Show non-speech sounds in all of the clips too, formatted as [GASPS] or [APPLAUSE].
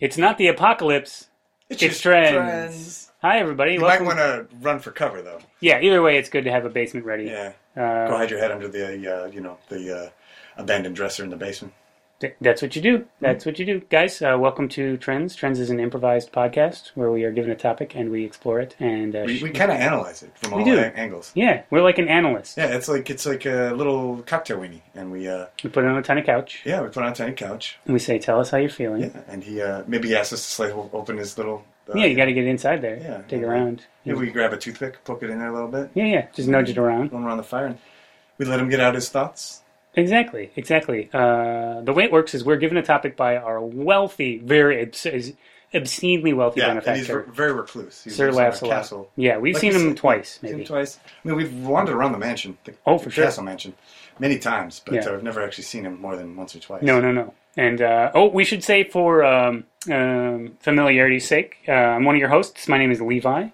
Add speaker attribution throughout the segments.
Speaker 1: It's not the apocalypse. It's
Speaker 2: just
Speaker 1: trends. Hi, everybody.
Speaker 2: You
Speaker 1: Welcome.
Speaker 2: might want to run for cover though.
Speaker 1: Yeah, either way, it's good to have a basement ready.
Speaker 2: Yeah.
Speaker 1: Uh,
Speaker 2: Go hide your head under the uh, you know the uh, abandoned dresser in the basement.
Speaker 1: th- that's what you do. That's what you do. Guys, uh, welcome to Trends. Trends is an improvised podcast where we are given a topic and we explore it. And uh,
Speaker 2: We,
Speaker 1: sh-
Speaker 2: we kind of analyze it from all
Speaker 1: do.
Speaker 2: a- angles.
Speaker 1: yeah, we're like an analyst.
Speaker 2: Yeah, it's like it's like a little cocktail weenie, and we uh,
Speaker 1: We put it on a tiny couch
Speaker 2: yeah we put it on a tiny couch.
Speaker 1: and we say, Tell us how you're feeling.
Speaker 2: Yeah, and he uh, maybe he asks us to slightly open his little. Uh,
Speaker 1: Yeah, you got to get inside there.
Speaker 2: Yeah,
Speaker 1: Dig
Speaker 2: yeah.
Speaker 1: around.
Speaker 2: Maybe we grab a toothpick, poke it in there a little bit,
Speaker 1: Yeah, yeah. Just nudge it around.
Speaker 2: run around the fire, and we let him get out his thoughts.
Speaker 1: Exactly, exactly. Uh, the way it works is we're given a topic by our wealthy, very obs- is- obscenely wealthy
Speaker 2: and he's
Speaker 1: benefactor.
Speaker 2: re- very recluse. He
Speaker 1: Sir
Speaker 2: lives in a
Speaker 1: laughs a lot.
Speaker 2: uh, castle.
Speaker 1: Yeah, we've
Speaker 2: Like
Speaker 1: seen
Speaker 2: you
Speaker 1: him
Speaker 2: said,
Speaker 1: twice,
Speaker 2: Seen him
Speaker 1: maybe.
Speaker 2: twice. I mean, we've wandered around the mansion. The,
Speaker 1: Oh, for
Speaker 2: the
Speaker 1: sure.
Speaker 2: Castle mansion, many times, but
Speaker 1: Yeah.
Speaker 2: I've never actually seen him more than once or twice.
Speaker 1: No, no, no. And uh, oh, we should say for um, um, familiarity's sake, uh, I'm one of your hosts. My name is Levi,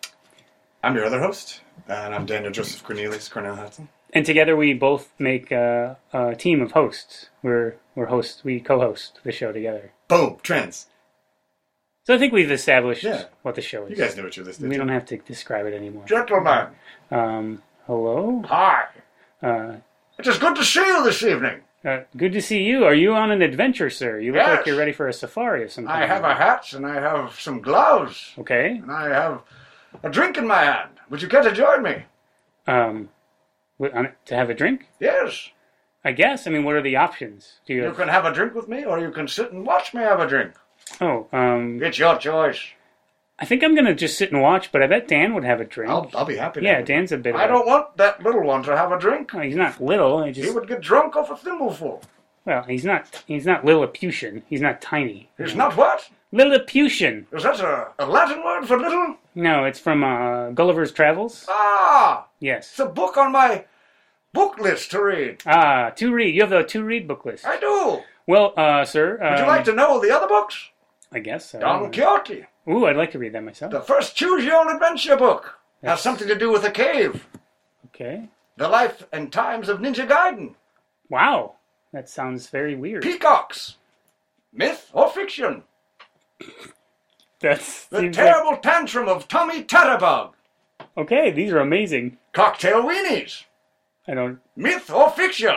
Speaker 2: I'm your other host, and I'm Daniel Joseph Cornelius Cornell Hudson.
Speaker 1: and together we both make uh, a team of hosts. We're we're hosts. We co-host the show together.
Speaker 2: Boom, trends.
Speaker 1: So I think we've established
Speaker 2: Yeah.
Speaker 1: what the show is.
Speaker 2: You guys know what you're listening
Speaker 1: we
Speaker 2: to.
Speaker 1: don't have to describe it anymore.
Speaker 2: Gentlemen,
Speaker 1: Um, hello.
Speaker 2: hi.
Speaker 1: Uh,
Speaker 2: It is good to see you this evening.
Speaker 1: Uh, good to see you. Are you on an adventure, sir? You look
Speaker 2: Yes.
Speaker 1: like you're ready for a safari of some kind.
Speaker 2: I have a hat and I have some gloves
Speaker 1: Okay.
Speaker 2: and I have a drink in my hand. Would you care to join me?
Speaker 1: Um, wi- on, to have a drink?
Speaker 2: Yes.
Speaker 1: I guess. I mean, what are the options? Do you?
Speaker 2: You can have a drink with me or you can sit and watch me have a drink.
Speaker 1: oh, um,
Speaker 2: It's your choice.
Speaker 1: I think I'm gonna just sit and watch. But I bet Dan would have a drink.
Speaker 2: I'll, I'll be happy to.
Speaker 1: yeah, Dan's a bit.
Speaker 2: I
Speaker 1: of a-
Speaker 2: don't want that little one to have a drink.
Speaker 1: Oh, he's not little. He
Speaker 2: He
Speaker 1: just
Speaker 2: would get drunk off a thimbleful.
Speaker 1: well, he's not. He's not Lilliputian. He's not tiny.
Speaker 2: It's not what?
Speaker 1: Lilliputian.
Speaker 2: Is that a, a Latin word for little?
Speaker 1: No, it's from uh, Gulliver's Travels.
Speaker 2: Ah,
Speaker 1: Yes.
Speaker 2: it's a book on my book list to read.
Speaker 1: Ah, to read. You have the to read book list.
Speaker 2: I do.
Speaker 1: Well, uh, sir.
Speaker 2: Would you
Speaker 1: um,
Speaker 2: like to know the other books?
Speaker 1: I guess so.
Speaker 2: Don Quixote,
Speaker 1: Ooh, I'd like to read that myself.
Speaker 2: the first choose your own adventure book, has something to do with a cave,
Speaker 1: Okay.
Speaker 2: the life and times of Ninja Gaiden,
Speaker 1: Wow. That sounds very weird.
Speaker 2: peacocks, myth or fiction,
Speaker 1: [LAUGHS] That's
Speaker 2: the terrible tantrum of Tommy Tarabog,
Speaker 1: okay. These are amazing.
Speaker 2: cocktail weenies,
Speaker 1: I don't.
Speaker 2: myth or fiction.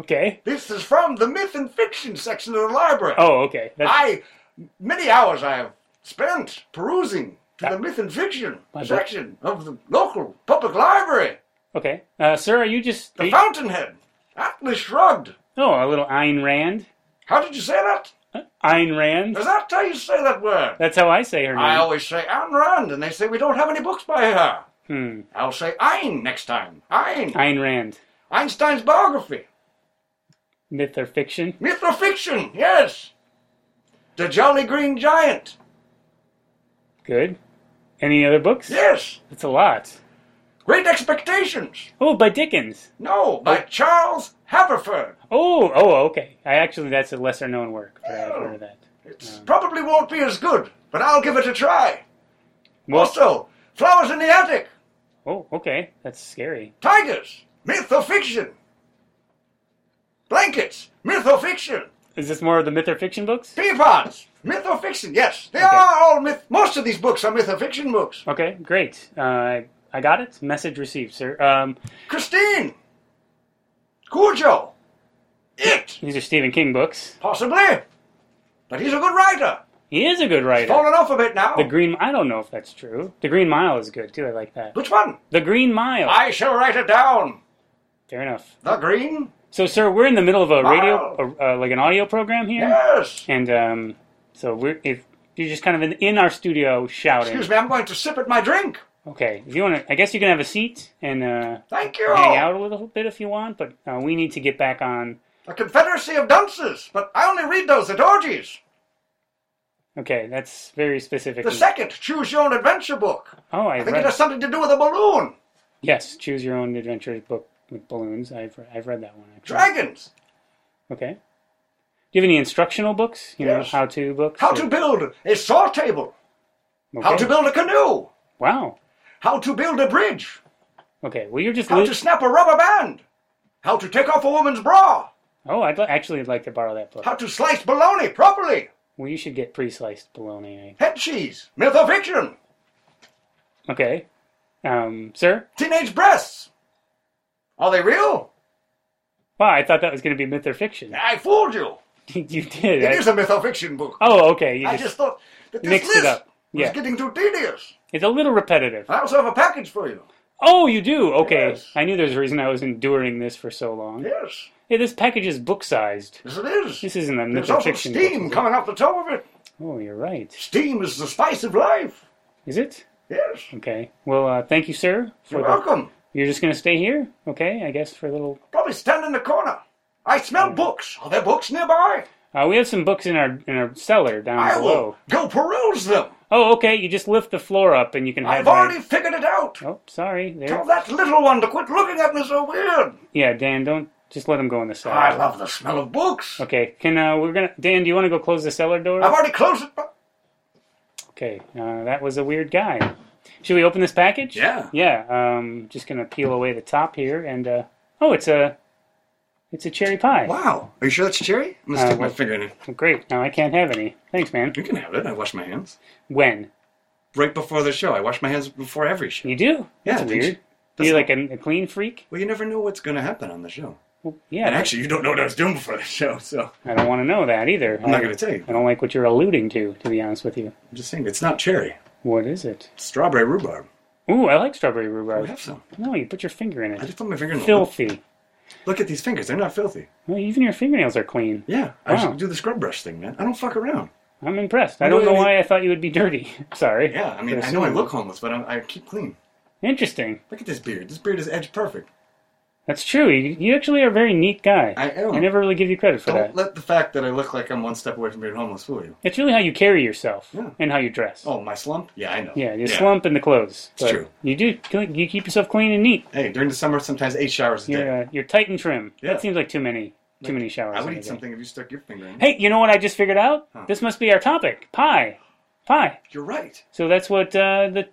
Speaker 1: Okay.
Speaker 2: This is from the myth and fiction section of the library.
Speaker 1: Oh, okay. That's,
Speaker 2: I many hours I have spent perusing to the myth and fiction
Speaker 1: My book.
Speaker 2: section of the local public library,
Speaker 1: okay. Uh, sir, are you just?
Speaker 2: the
Speaker 1: are you-
Speaker 2: Fountainhead, Atlas Shrugged.
Speaker 1: oh, a little Ayn Rand.
Speaker 2: How did you say that?
Speaker 1: Ayn Rand.
Speaker 2: Is that how you say that word?
Speaker 1: That's how I say her name.
Speaker 2: I always say Ayn Rand, and they say we don't have any books by her.
Speaker 1: Hmm.
Speaker 2: I'll say Ayn next time. Ayn.
Speaker 1: Ayn Rand.
Speaker 2: Einstein's biography.
Speaker 1: Myth or fiction?
Speaker 2: Myth or fiction, yes. The Jolly Green Giant,
Speaker 1: Good. Any other books?
Speaker 2: yes.
Speaker 1: That's a lot.
Speaker 2: Great Expectations,
Speaker 1: Oh, by Dickens.
Speaker 2: no, by Charles Haverford.
Speaker 1: Oh, oh, okay. I actually, that's a lesser known work, but I've heard of that.
Speaker 2: It probably won't be as good, but I'll give it a try.
Speaker 1: Well,
Speaker 2: Also, Flowers in the Attic,
Speaker 1: oh, okay. That's scary.
Speaker 2: Tigers, Myth or fiction. Blankets, Myth or fiction.
Speaker 1: Is this more of the myth or fiction books?
Speaker 2: Teapots! Myth or fiction? Yes, they are all myth. Most of these books are myth or fiction books.
Speaker 1: Okay, great. Uh, I got it. Message received, sir. Um,
Speaker 2: Christine, Cujo, It,
Speaker 1: these are Stephen King books.
Speaker 2: possibly, but he's a good writer.
Speaker 1: He is a good writer.
Speaker 2: Fallen off a bit now.
Speaker 1: The Green. I don't know if that's true. The Green Mile is good too. I like that.
Speaker 2: Which one?
Speaker 1: The Green Mile.
Speaker 2: I shall write it down.
Speaker 1: Fair enough.
Speaker 2: The Green.
Speaker 1: So, sir, we're in the middle of a radio, a, uh, like an audio program here,
Speaker 2: Yes.
Speaker 1: and um, so we're if you're just kind of in, in our studio shouting.
Speaker 2: Excuse me, I'm going to sip at my drink.
Speaker 1: Okay, if you want to, I guess you can have a seat and uh,
Speaker 2: Thank you.
Speaker 1: hang out a little bit if you want, but uh, we need to get back on.
Speaker 2: A confederacy of dunces, but I only read those at orgies.
Speaker 1: Okay, that's very specific.
Speaker 2: The second, choose your own adventure book.
Speaker 1: oh, I,
Speaker 2: I
Speaker 1: read
Speaker 2: think it has something to do with a balloon.
Speaker 1: Yes, choose your own adventure book with balloons. I've I've read that one actually.
Speaker 2: Dragons.
Speaker 1: Okay. Do you have any instructional books? You
Speaker 2: Yes.
Speaker 1: know, how to books?
Speaker 2: How
Speaker 1: or-
Speaker 2: to build a saw table. How
Speaker 1: Okay.
Speaker 2: to build a canoe.
Speaker 1: Wow.
Speaker 2: How to build a bridge.
Speaker 1: Okay. Well, you're just.
Speaker 2: How
Speaker 1: Li-
Speaker 2: to snap a rubber band. How to take off a woman's bra.
Speaker 1: oh, I'd li- actually like to borrow that book.
Speaker 2: How to slice bologna properly.
Speaker 1: Well, you should get pre-sliced bologna. eh?
Speaker 2: Head cheese. Myth or fiction?
Speaker 1: Okay. Um, sir?
Speaker 2: Teenage breasts. Are they real?
Speaker 1: Wow, I thought that was going to be myth or fiction.
Speaker 2: I fooled you.
Speaker 1: [LAUGHS] you did.
Speaker 2: It
Speaker 1: I-
Speaker 2: is a myth or fiction book.
Speaker 1: oh, okay. You
Speaker 2: I
Speaker 1: just,
Speaker 2: just thought that this
Speaker 1: mixed it
Speaker 2: list
Speaker 1: up.
Speaker 2: was
Speaker 1: Yeah.
Speaker 2: getting too tedious.
Speaker 1: It's a little repetitive.
Speaker 2: I also have a package for you.
Speaker 1: Oh, you do? Okay.
Speaker 2: Yes.
Speaker 1: I knew there's a reason I was enduring this for so long.
Speaker 2: Yes,
Speaker 1: Hey, this package is book-sized.
Speaker 2: yes it is.
Speaker 1: This isn't a myth
Speaker 2: There's
Speaker 1: or
Speaker 2: also
Speaker 1: fiction
Speaker 2: steam
Speaker 1: book.
Speaker 2: coming off the top of it.
Speaker 1: Oh, you're right.
Speaker 2: Steam is the spice of life.
Speaker 1: Is it?
Speaker 2: Yes,
Speaker 1: Okay. Well, uh, thank you, sir. For
Speaker 2: you're
Speaker 1: the-
Speaker 2: welcome.
Speaker 1: You're just going to stay here? Okay, I guess for a little...
Speaker 2: Probably stand in the corner. I
Speaker 1: Mm.
Speaker 2: smell books. Are there books nearby?
Speaker 1: Uh, we have some books in our in our cellar down
Speaker 2: I
Speaker 1: below.
Speaker 2: will go peruse them.
Speaker 1: Oh, okay. You just lift the floor up and you can have
Speaker 2: I've
Speaker 1: my-
Speaker 2: already figured it out.
Speaker 1: Oh, sorry. There.
Speaker 2: Tell that little one to quit looking at me so weird.
Speaker 1: Yeah, Dan, don't just let him go in the cellar.
Speaker 2: I love the smell of books.
Speaker 1: Okay, can uh, we're gonna Dan? Do you want to go close the cellar door?
Speaker 2: I've already closed it. but-
Speaker 1: Okay, uh, that was a weird guy. Should we open this package?
Speaker 2: Yeah.
Speaker 1: Yeah. Um, just gonna peel away the top here, and uh, oh, it's a, it's a cherry pie.
Speaker 2: Wow. Are you sure that's cherry? I'm going
Speaker 1: Uh,
Speaker 2: to stick my
Speaker 1: well-
Speaker 2: finger in it.
Speaker 1: Great. Now I can't have any. Thanks, man.
Speaker 2: You can have it. I wash my hands.
Speaker 1: When
Speaker 2: Right before the show. I wash my hands before every show.
Speaker 1: you do?
Speaker 2: Yeah,
Speaker 1: That's
Speaker 2: I think
Speaker 1: weird.
Speaker 2: so.
Speaker 1: you
Speaker 2: That's-
Speaker 1: like a, a clean freak?
Speaker 2: Well, you never know what's going to happen on the show.
Speaker 1: Well, yeah.
Speaker 2: And actually, you don't know what I was doing before the show, so
Speaker 1: I don't want to know that either.
Speaker 2: I'm not going to tell you.
Speaker 1: I don't like what you're alluding to, to be honest with you.
Speaker 2: I'm just saying it's not cherry.
Speaker 1: What is it?
Speaker 2: It's strawberry rhubarb.
Speaker 1: Ooh, I like strawberry
Speaker 2: I
Speaker 1: rhubarb.
Speaker 2: have some.
Speaker 1: No, you put your finger in
Speaker 2: I
Speaker 1: it.
Speaker 2: just put my finger in the
Speaker 1: Filthy.
Speaker 2: Look at these fingers. They're not filthy.
Speaker 1: Well, even your fingernails are clean.
Speaker 2: Yeah. I
Speaker 1: Wow.
Speaker 2: just do the scrub brush thing, man. I don't fuck around.
Speaker 1: I'm impressed. I
Speaker 2: You
Speaker 1: don't know
Speaker 2: really-
Speaker 1: why I thought you would be dirty. [LAUGHS] Sorry.
Speaker 2: Yeah. I mean,
Speaker 1: For
Speaker 2: I know I
Speaker 1: assuming.
Speaker 2: look homeless, but I'm, I keep clean.
Speaker 1: Interesting.
Speaker 2: Look at this beard. This beard is edge perfect.
Speaker 1: That's true. You, you actually are a very neat guy.
Speaker 2: I am.
Speaker 1: I never really give you credit for
Speaker 2: Don't
Speaker 1: that.
Speaker 2: let the fact that I look like I'm one step away from being homeless fool you.
Speaker 1: It's really how you carry yourself
Speaker 2: Yeah.
Speaker 1: and how you dress.
Speaker 2: Oh, my slump? Yeah, I know.
Speaker 1: Yeah, you slump in the clothes. It's
Speaker 2: true.
Speaker 1: You do. You keep yourself clean and neat.
Speaker 2: Hey, during the summer, sometimes eight showers a day.
Speaker 1: You're uh, you're tight and trim.
Speaker 2: Yeah.
Speaker 1: That seems like too many too many showers.
Speaker 2: I would
Speaker 1: in a
Speaker 2: eat
Speaker 1: day.
Speaker 2: something if you stuck your finger in. it.
Speaker 1: Hey, you know what I just figured out?
Speaker 2: Huh.
Speaker 1: This must be our topic. Pie. Pie.
Speaker 2: You're right.
Speaker 1: So that's what uh, the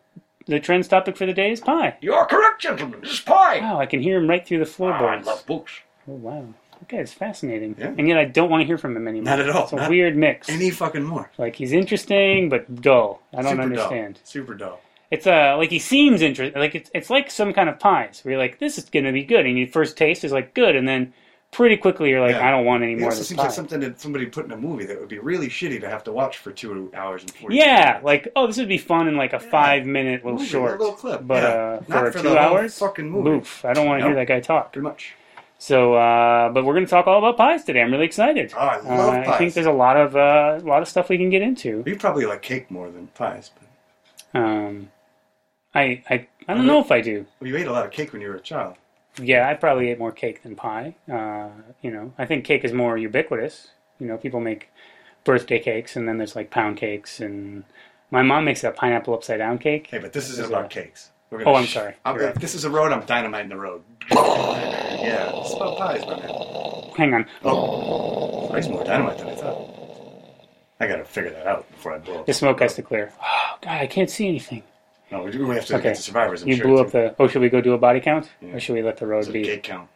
Speaker 1: the trends topic for the day is pie.
Speaker 2: You are correct, gentlemen. This is pie. Ah,
Speaker 1: Wow, I can hear him right through the
Speaker 2: I
Speaker 1: floorboards.
Speaker 2: love books.
Speaker 1: Oh wow. That guy is fascinating.
Speaker 2: Yeah.
Speaker 1: And yet I don't want to hear from him anymore.
Speaker 2: Not at all.
Speaker 1: It's a
Speaker 2: Not
Speaker 1: weird mix.
Speaker 2: Any fucking more.
Speaker 1: Like he's interesting but dull. I don't
Speaker 2: Super
Speaker 1: understand.
Speaker 2: Dull. Super dull.
Speaker 1: It's uh like he seems interesting. Like it's it's like some kind of pies where you're like this is gonna be good and your first taste is like good and then pretty quickly you're like
Speaker 2: Yeah.
Speaker 1: I don't want any
Speaker 2: It
Speaker 1: more of
Speaker 2: also
Speaker 1: this
Speaker 2: seems
Speaker 1: pie.
Speaker 2: like something that somebody put in a movie that would be really shitty to have to watch for two hours and forty.
Speaker 1: Yeah,
Speaker 2: minutes.
Speaker 1: like oh, this would be fun in like a five minute little
Speaker 2: Movie,
Speaker 1: short,
Speaker 2: a little clip,
Speaker 1: but
Speaker 2: yeah.
Speaker 1: uh,
Speaker 2: Not
Speaker 1: for,
Speaker 2: for
Speaker 1: two
Speaker 2: the whole
Speaker 1: hours,
Speaker 2: fucking movie.
Speaker 1: Oof, I don't want to hear that
Speaker 2: Nope.
Speaker 1: guy talk.
Speaker 2: pretty much.
Speaker 1: So, uh, but we're gonna talk all about pies today. I'm really excited.
Speaker 2: Oh, I love
Speaker 1: uh, I
Speaker 2: pies.
Speaker 1: think there's a lot of uh, a lot of stuff we can get into.
Speaker 2: You probably like cake more than pies, but
Speaker 1: Um, I I I don't know if I do.
Speaker 2: well, you ate a lot of cake when you were a child.
Speaker 1: Yeah, I probably ate more cake than pie. Uh, you know, I think cake is more ubiquitous. You know, people make birthday cakes, and then there's like pound cakes, and my mom makes that pineapple upside down cake.
Speaker 2: Hey, but this isn't
Speaker 1: There's
Speaker 2: about
Speaker 1: a-
Speaker 2: cakes. We're gonna
Speaker 1: Oh, I'm
Speaker 2: sh-
Speaker 1: sorry.
Speaker 2: I'm-
Speaker 1: You're right.
Speaker 2: This is a road. I'm dynamiting the
Speaker 1: [LAUGHS]
Speaker 2: road. yeah, it's about pies, my man.
Speaker 1: Hang on.
Speaker 2: Oh, I used more dynamite than I thought. I gotta figure that out before I blow up.
Speaker 1: The smoke has to clear. Oh God, I can't see anything.
Speaker 2: No, we, we have to
Speaker 1: Okay.
Speaker 2: get the survivors. I'm
Speaker 1: You
Speaker 2: sure
Speaker 1: blew
Speaker 2: it's
Speaker 1: up the. Oh, should we go do a body count,
Speaker 2: Yeah.
Speaker 1: or should we let the road
Speaker 2: a- it's a
Speaker 1: be
Speaker 2: cake count.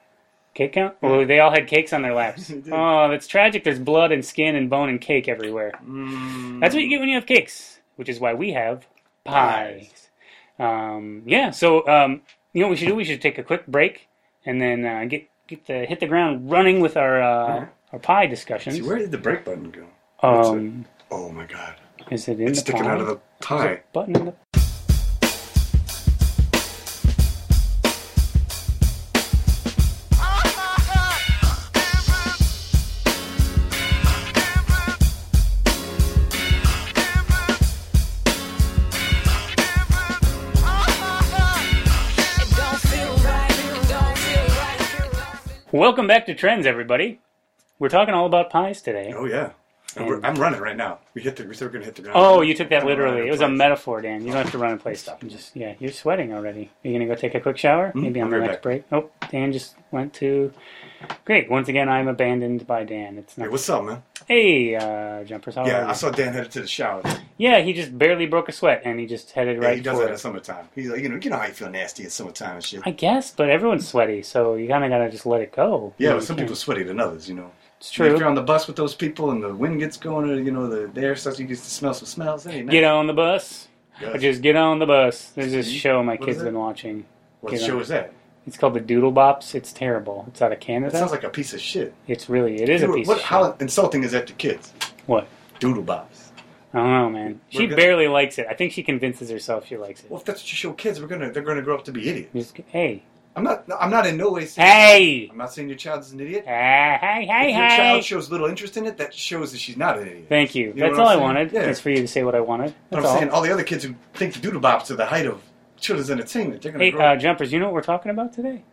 Speaker 1: Cake count? Oh, they all had cakes on their laps.
Speaker 2: [LAUGHS] They did.
Speaker 1: oh, that's tragic. There's blood and skin and bone and cake everywhere.
Speaker 2: Mm,
Speaker 1: That's what you get when you have cakes, which is why we have pies. Um, yeah. So um, you know what we should do? We should take a quick break and then uh, get get the hit the ground running with our uh,
Speaker 2: Yeah.
Speaker 1: our pie discussions.
Speaker 2: See, where did the break button go?
Speaker 1: um,
Speaker 2: Oh my god.
Speaker 1: is it in
Speaker 2: It's
Speaker 1: the
Speaker 2: sticking
Speaker 1: pie?
Speaker 2: out of the pie.
Speaker 1: button in the Welcome back to Trends, everybody. We're talking all about pies today.
Speaker 2: Oh yeah. And we're, I'm running right now. We hit the. We said we're gonna hit the ground.
Speaker 1: Oh, you took that
Speaker 2: I'm running out
Speaker 1: literally.
Speaker 2: of
Speaker 1: It was a
Speaker 2: place.
Speaker 1: metaphor, Dan. You don't have to run and play stuff. You Just yeah, you're sweating already. Are you gonna go take a quick shower? Maybe on
Speaker 2: Mm-hmm. I'll
Speaker 1: the
Speaker 2: be
Speaker 1: next
Speaker 2: back.
Speaker 1: break. Oh, Dan just went to. Great. Once again, I'm abandoned by Dan. It's
Speaker 2: Hey,
Speaker 1: not.
Speaker 2: what's up, man?
Speaker 1: Hey, uh, jumpers. How
Speaker 2: Yeah,
Speaker 1: are
Speaker 2: I
Speaker 1: you?
Speaker 2: saw Dan headed to the shower.
Speaker 1: Yeah, he just barely broke a sweat, and he just headed
Speaker 2: Yeah,
Speaker 1: right
Speaker 2: he does
Speaker 1: for
Speaker 2: that in
Speaker 1: it.
Speaker 2: summertime. He's like, you know, you know how you feel nasty in summertime and shit.
Speaker 1: I guess, but everyone's sweaty, so you kind of gotta just let it go.
Speaker 2: Yeah,
Speaker 1: You
Speaker 2: but some
Speaker 1: can't-
Speaker 2: people sweaty than others, you know.
Speaker 1: It's
Speaker 2: And If
Speaker 1: true.
Speaker 2: you're on the bus with those people and the wind gets going, or you know the, the air starts, you get to smell some smells. Hey, man.
Speaker 1: Get on the bus.
Speaker 2: Yes.
Speaker 1: Or just get on the bus. There's this
Speaker 2: See?
Speaker 1: show my
Speaker 2: What
Speaker 1: kids
Speaker 2: is it?
Speaker 1: been watching.
Speaker 2: what
Speaker 1: get
Speaker 2: show
Speaker 1: on.
Speaker 2: is that?
Speaker 1: It's called the Doodle Bops. It's terrible. It's out of
Speaker 2: That
Speaker 1: Canada.
Speaker 2: sounds like a piece of shit.
Speaker 1: it's really it is a
Speaker 2: You-
Speaker 1: piece
Speaker 2: what,
Speaker 1: of shit.
Speaker 2: How insulting is that to kids?
Speaker 1: What?
Speaker 2: Doodle bops.
Speaker 1: I don't know, man. She
Speaker 2: We're gonna-
Speaker 1: barely likes it. I think she convinces herself she likes it.
Speaker 2: Well, if that's what you show kids, we're gonna they're gonna grow up to be idiots.
Speaker 1: Just, hey,
Speaker 2: I'm not. I'm not in no way. Saying,
Speaker 1: hey,
Speaker 2: I'm not saying your child is an idiot.
Speaker 1: hey, hey, hey,
Speaker 2: if your
Speaker 1: hey.
Speaker 2: child shows little interest in it, that shows that she's not an idiot.
Speaker 1: Thank you.
Speaker 2: You know
Speaker 1: That's
Speaker 2: what
Speaker 1: all I
Speaker 2: I'm saying?
Speaker 1: wanted.
Speaker 2: Yeah.
Speaker 1: Is for you to say what I wanted.
Speaker 2: But
Speaker 1: That's
Speaker 2: I'm
Speaker 1: all.
Speaker 2: saying oh, all the other kids who think the doodle bops are the height of children's entertainment, they're gonna
Speaker 1: Hey,
Speaker 2: grow.
Speaker 1: uh, jumpers, you know what we're talking about today?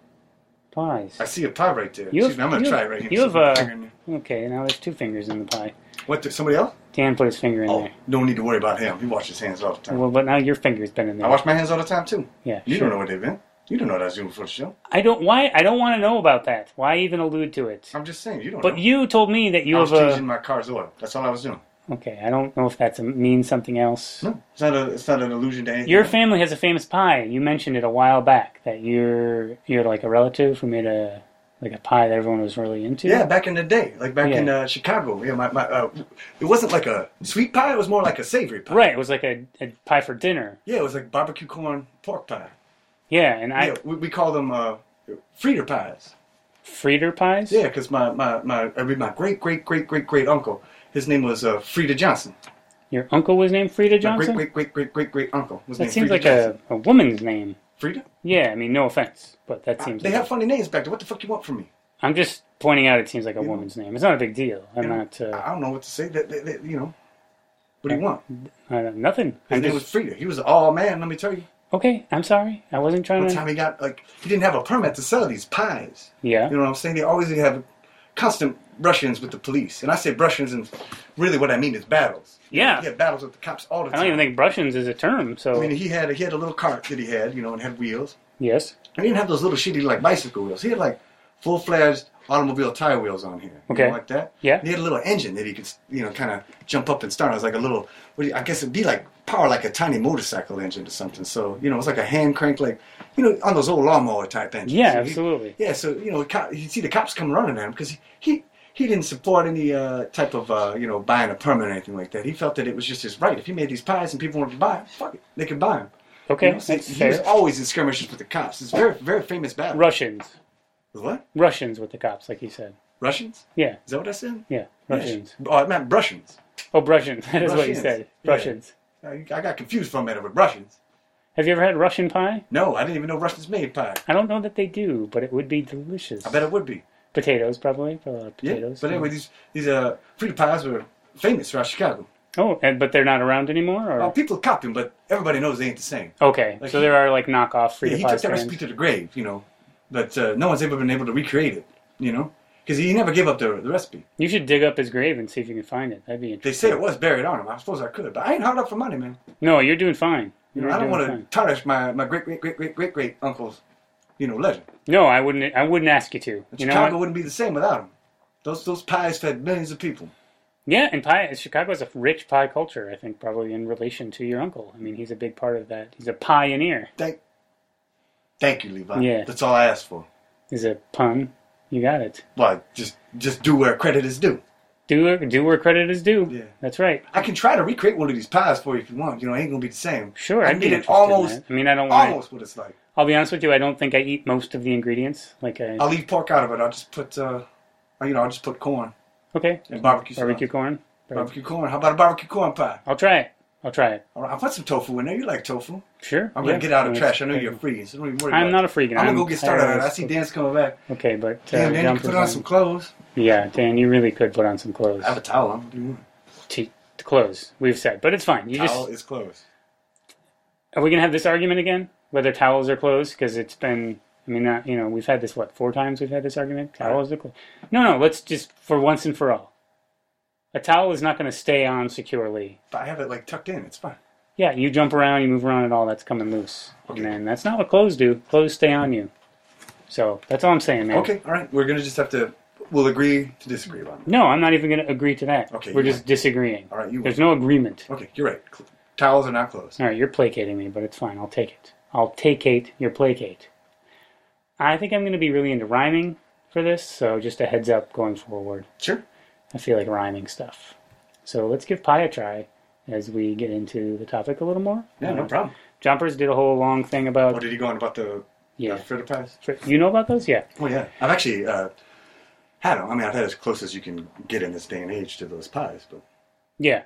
Speaker 1: Pies.
Speaker 2: I see a pie right there.
Speaker 1: You
Speaker 2: Excuse
Speaker 1: have-
Speaker 2: me, I'm gonna
Speaker 1: you
Speaker 2: try
Speaker 1: have-
Speaker 2: right here.
Speaker 1: you have,
Speaker 2: See if I
Speaker 1: uh,
Speaker 2: can finger in there.
Speaker 1: Okay, now there's two fingers in the pie.
Speaker 2: What? There's somebody else?
Speaker 1: Dan put his finger in
Speaker 2: Oh, no need to worry about him. He washes his hands all the
Speaker 1: there.
Speaker 2: time.
Speaker 1: Well, but now your finger's been in
Speaker 2: I
Speaker 1: there.
Speaker 2: wash my hands all the time too.
Speaker 1: yeah.
Speaker 2: You
Speaker 1: sure.
Speaker 2: don't know what they've been. You don't know what I was doing before the show.
Speaker 1: I don't. Why? I don't want to know about that. Why even allude to it?
Speaker 2: I'm just saying you don't.
Speaker 1: But
Speaker 2: know.
Speaker 1: you told me that you
Speaker 2: I was
Speaker 1: have
Speaker 2: changing
Speaker 1: a.
Speaker 2: my car's oil. That's all I was doing.
Speaker 1: Okay, I don't know if that means something else.
Speaker 2: No, it's not a. It's not an illusion to anything.
Speaker 1: Your family has a famous pie. You mentioned it a while back that you're you're like a relative who made a like a pie that everyone was really into.
Speaker 2: Yeah, back in the day, like back
Speaker 1: Yeah.
Speaker 2: in uh, Chicago. Yeah, my, my uh, it wasn't like a sweet pie. It was more like a savory pie.
Speaker 1: Right. It was like a, a pie for dinner.
Speaker 2: Yeah, it was like barbecue corn pork pie.
Speaker 1: Yeah, and I
Speaker 2: yeah, we, we call them uh, Frieder pies.
Speaker 1: Frieder pies.
Speaker 2: Yeah, because my my my I mean, my great great great great great uncle, his name was uh, Frieda Johnson.
Speaker 1: Your uncle was named Frieda
Speaker 2: My
Speaker 1: Johnson.
Speaker 2: great great great great great great uncle was
Speaker 1: that
Speaker 2: named
Speaker 1: seems
Speaker 2: Frieda
Speaker 1: like
Speaker 2: Johnson.
Speaker 1: a, a woman's name.
Speaker 2: Frieda.
Speaker 1: Yeah, I mean, no offense, but that
Speaker 2: I-
Speaker 1: seems.
Speaker 2: Uh, they
Speaker 1: like
Speaker 2: have funny names back there. What the fuck you want from me?
Speaker 1: I'm just pointing out. It seems like a
Speaker 2: You know.
Speaker 1: woman's name. It's not a big deal. I'm
Speaker 2: You know.
Speaker 1: not. Uh,
Speaker 2: I don't know what to say. That, that, that- you know, what do you want? His
Speaker 1: I don't, nothing. I'm
Speaker 2: name
Speaker 1: just,
Speaker 2: was Frieda. He was an all man. Let me tell you.
Speaker 1: okay. I'm sorry. I wasn't trying
Speaker 2: One
Speaker 1: to.
Speaker 2: time he got like he didn't have a permit to sell these pies.
Speaker 1: yeah.
Speaker 2: You know what I'm saying? They always have constant brush-ins with the police, and I say brush-ins, and really what I mean is battles.
Speaker 1: Yeah.
Speaker 2: he had battles with the cops all the time.
Speaker 1: I don't even think Russians is a term. So
Speaker 2: I mean, he had he had a little cart that he had, you know, and had wheels.
Speaker 1: yes.
Speaker 2: And he didn't have those little shitty like bicycle wheels. He had like full-fledged automobile tire wheels on here, you know,
Speaker 1: Okay.
Speaker 2: like that.
Speaker 1: Yeah.
Speaker 2: And he had a little engine that he could, you know, kind of jump up and start. It was like a little, what do you, I guess it'd be like power like a tiny motorcycle engine or something. So you know, it's like a hand crank, like you know, on those old lawnmower type engines.
Speaker 1: Yeah,
Speaker 2: So he-
Speaker 1: absolutely.
Speaker 2: yeah, so you know, co- you see the cops come running at him because he, he he didn't support any uh, type of uh, you know buying a permit or anything like that. He felt that it was just his right. If he made these pies and people wanted to buy them, fuck it, they could buy them.
Speaker 1: Okay, that's
Speaker 2: he
Speaker 1: fair.
Speaker 2: was always in skirmishes with the cops. It's very very famous battle.
Speaker 1: Russians.
Speaker 2: what
Speaker 1: Russians with the cops, like you said.
Speaker 2: Russians?
Speaker 1: Yeah,
Speaker 2: Is that what I said?
Speaker 1: yeah. Russians.
Speaker 2: Yes. Oh, I meant Russians.
Speaker 1: Oh, Russians. [LAUGHS] That is what you
Speaker 2: Russians.
Speaker 1: said.
Speaker 2: Yeah.
Speaker 1: Russians.
Speaker 2: I I got confused for a minute with Russians.
Speaker 1: Have you ever had Russian pie?
Speaker 2: No, I didn't even know Russians made pie.
Speaker 1: I don't know that they do, but it would be delicious.
Speaker 2: I bet it would be.
Speaker 1: Potatoes, probably. A lot of
Speaker 2: Yeah.
Speaker 1: potatoes.
Speaker 2: But anyway, these these uh, frita pies were famous throughout Chicago.
Speaker 1: Oh, and, but they're not around anymore? Or?
Speaker 2: Well, people copy them, but everybody knows they ain't the same.
Speaker 1: okay,
Speaker 2: Oh. like
Speaker 1: so
Speaker 2: he-
Speaker 1: there are like knockoff free
Speaker 2: Yeah,
Speaker 1: to
Speaker 2: he
Speaker 1: pie
Speaker 2: took that
Speaker 1: stands.
Speaker 2: recipe to the grave, you know, but uh, no one's ever been able to recreate it, you know, because he never gave up the, the recipe.
Speaker 1: You should dig up his grave and see if you can find it. That'd be
Speaker 2: They
Speaker 1: interesting.
Speaker 2: say it was buried on him. I suppose I could, but I ain't hard up for money, man.
Speaker 1: No, you're doing fine.
Speaker 2: You
Speaker 1: You're
Speaker 2: know, I don't
Speaker 1: doing
Speaker 2: want to
Speaker 1: fine.
Speaker 2: tarnish my my great great great great great great uncle's, you know, legend.
Speaker 1: No, I wouldn't. I wouldn't ask you to. You know
Speaker 2: Chicago
Speaker 1: what?
Speaker 2: wouldn't be the same without him. Those those pies fed millions of people.
Speaker 1: Yeah, and pie. Chicago's a rich pie culture. I think probably in relation to your uncle. I mean, he's a big part of that. He's a pioneer.
Speaker 2: Thank, thank you, Levi.
Speaker 1: Yeah.
Speaker 2: that's all I asked for.
Speaker 1: Is a pun. You got it.
Speaker 2: Well, just just do where credit is due.
Speaker 1: Do do where credit is due.
Speaker 2: Yeah.
Speaker 1: That's right.
Speaker 2: I can try to recreate one of these pies for you if you want. You know, it ain't gonna be the same.
Speaker 1: Sure,
Speaker 2: I
Speaker 1: I'd
Speaker 2: can
Speaker 1: be
Speaker 2: get it
Speaker 1: interested in
Speaker 2: almost
Speaker 1: that. I mean, I don't want.
Speaker 2: almost what it's like.
Speaker 1: I'll be honest with you. I don't think I eat most of the ingredients. Like I.
Speaker 2: I'll leave pork out of it. I'll just put, uh, you know, I'll just put corn
Speaker 1: okay.
Speaker 2: and barbecue. sauce.
Speaker 1: Barbecue corn.
Speaker 2: Barbecue corn. How about a barbecue corn pie?
Speaker 1: I'll try it. I'll try it.
Speaker 2: All right, I'll put some tofu in there. You like tofu?
Speaker 1: Sure.
Speaker 2: I'm gonna
Speaker 1: yeah.
Speaker 2: get out of
Speaker 1: Well,
Speaker 2: trash. I know
Speaker 1: okay.
Speaker 2: you're free, so don't even worry
Speaker 1: I'm
Speaker 2: about
Speaker 1: not a freak.
Speaker 2: it. I'm gonna go get started on it. I see Dan's coming back.
Speaker 1: Okay, but uh,
Speaker 2: Dan, Dan, you
Speaker 1: John
Speaker 2: can put
Speaker 1: Cruzan-
Speaker 2: on some clothes.
Speaker 1: Yeah, Dan, you really could put on some clothes.
Speaker 2: I have a towel on. What do you want?
Speaker 1: T- clothes, we've said, but it's fine. You
Speaker 2: Towel
Speaker 1: just
Speaker 2: is clothes.
Speaker 1: are we gonna have this argument again? Whether towels are clothes? Because it's been. I mean, not, you know, we've had this what four times. We've had this argument. Towels are clothes. No, no. Let's just for once and for all. A towel is not going to stay on securely.
Speaker 2: But I have it like tucked in. It's fine.
Speaker 1: Yeah, you jump around, you move around, and all that's coming loose.
Speaker 2: Okay.
Speaker 1: And then that's not what clothes do. Clothes stay on you. So that's all I'm saying, man.
Speaker 2: Okay, all right. We're gonna just have to. We'll agree to disagree on it.
Speaker 1: No, I'm not even going to agree to that.
Speaker 2: Okay,
Speaker 1: We're
Speaker 2: you
Speaker 1: just disagreeing.
Speaker 2: All right, you.
Speaker 1: There's no agreement.
Speaker 2: Okay, you're right. Cl- Towels are not clothes.
Speaker 1: All right, you're placating me, but it's fine. I'll take it. I'll take it. Your placate. I think I'm going to be really into rhyming for this, so just a heads up going forward.
Speaker 2: Sure.
Speaker 1: I feel like rhyming stuff. So let's give pie a try as we get into the topic a little more.
Speaker 2: Yeah, no
Speaker 1: Uh,
Speaker 2: problem.
Speaker 1: Jumpers did a whole long thing
Speaker 2: What
Speaker 1: about
Speaker 2: Oh, did he go on about the
Speaker 1: yeah.
Speaker 2: uh, fritter pies?
Speaker 1: Fr- You know about those? Yeah.
Speaker 2: Oh yeah, I've actually uh, had them. I mean, I've had as close as you can get in this day and age to those pies, but
Speaker 1: Yeah.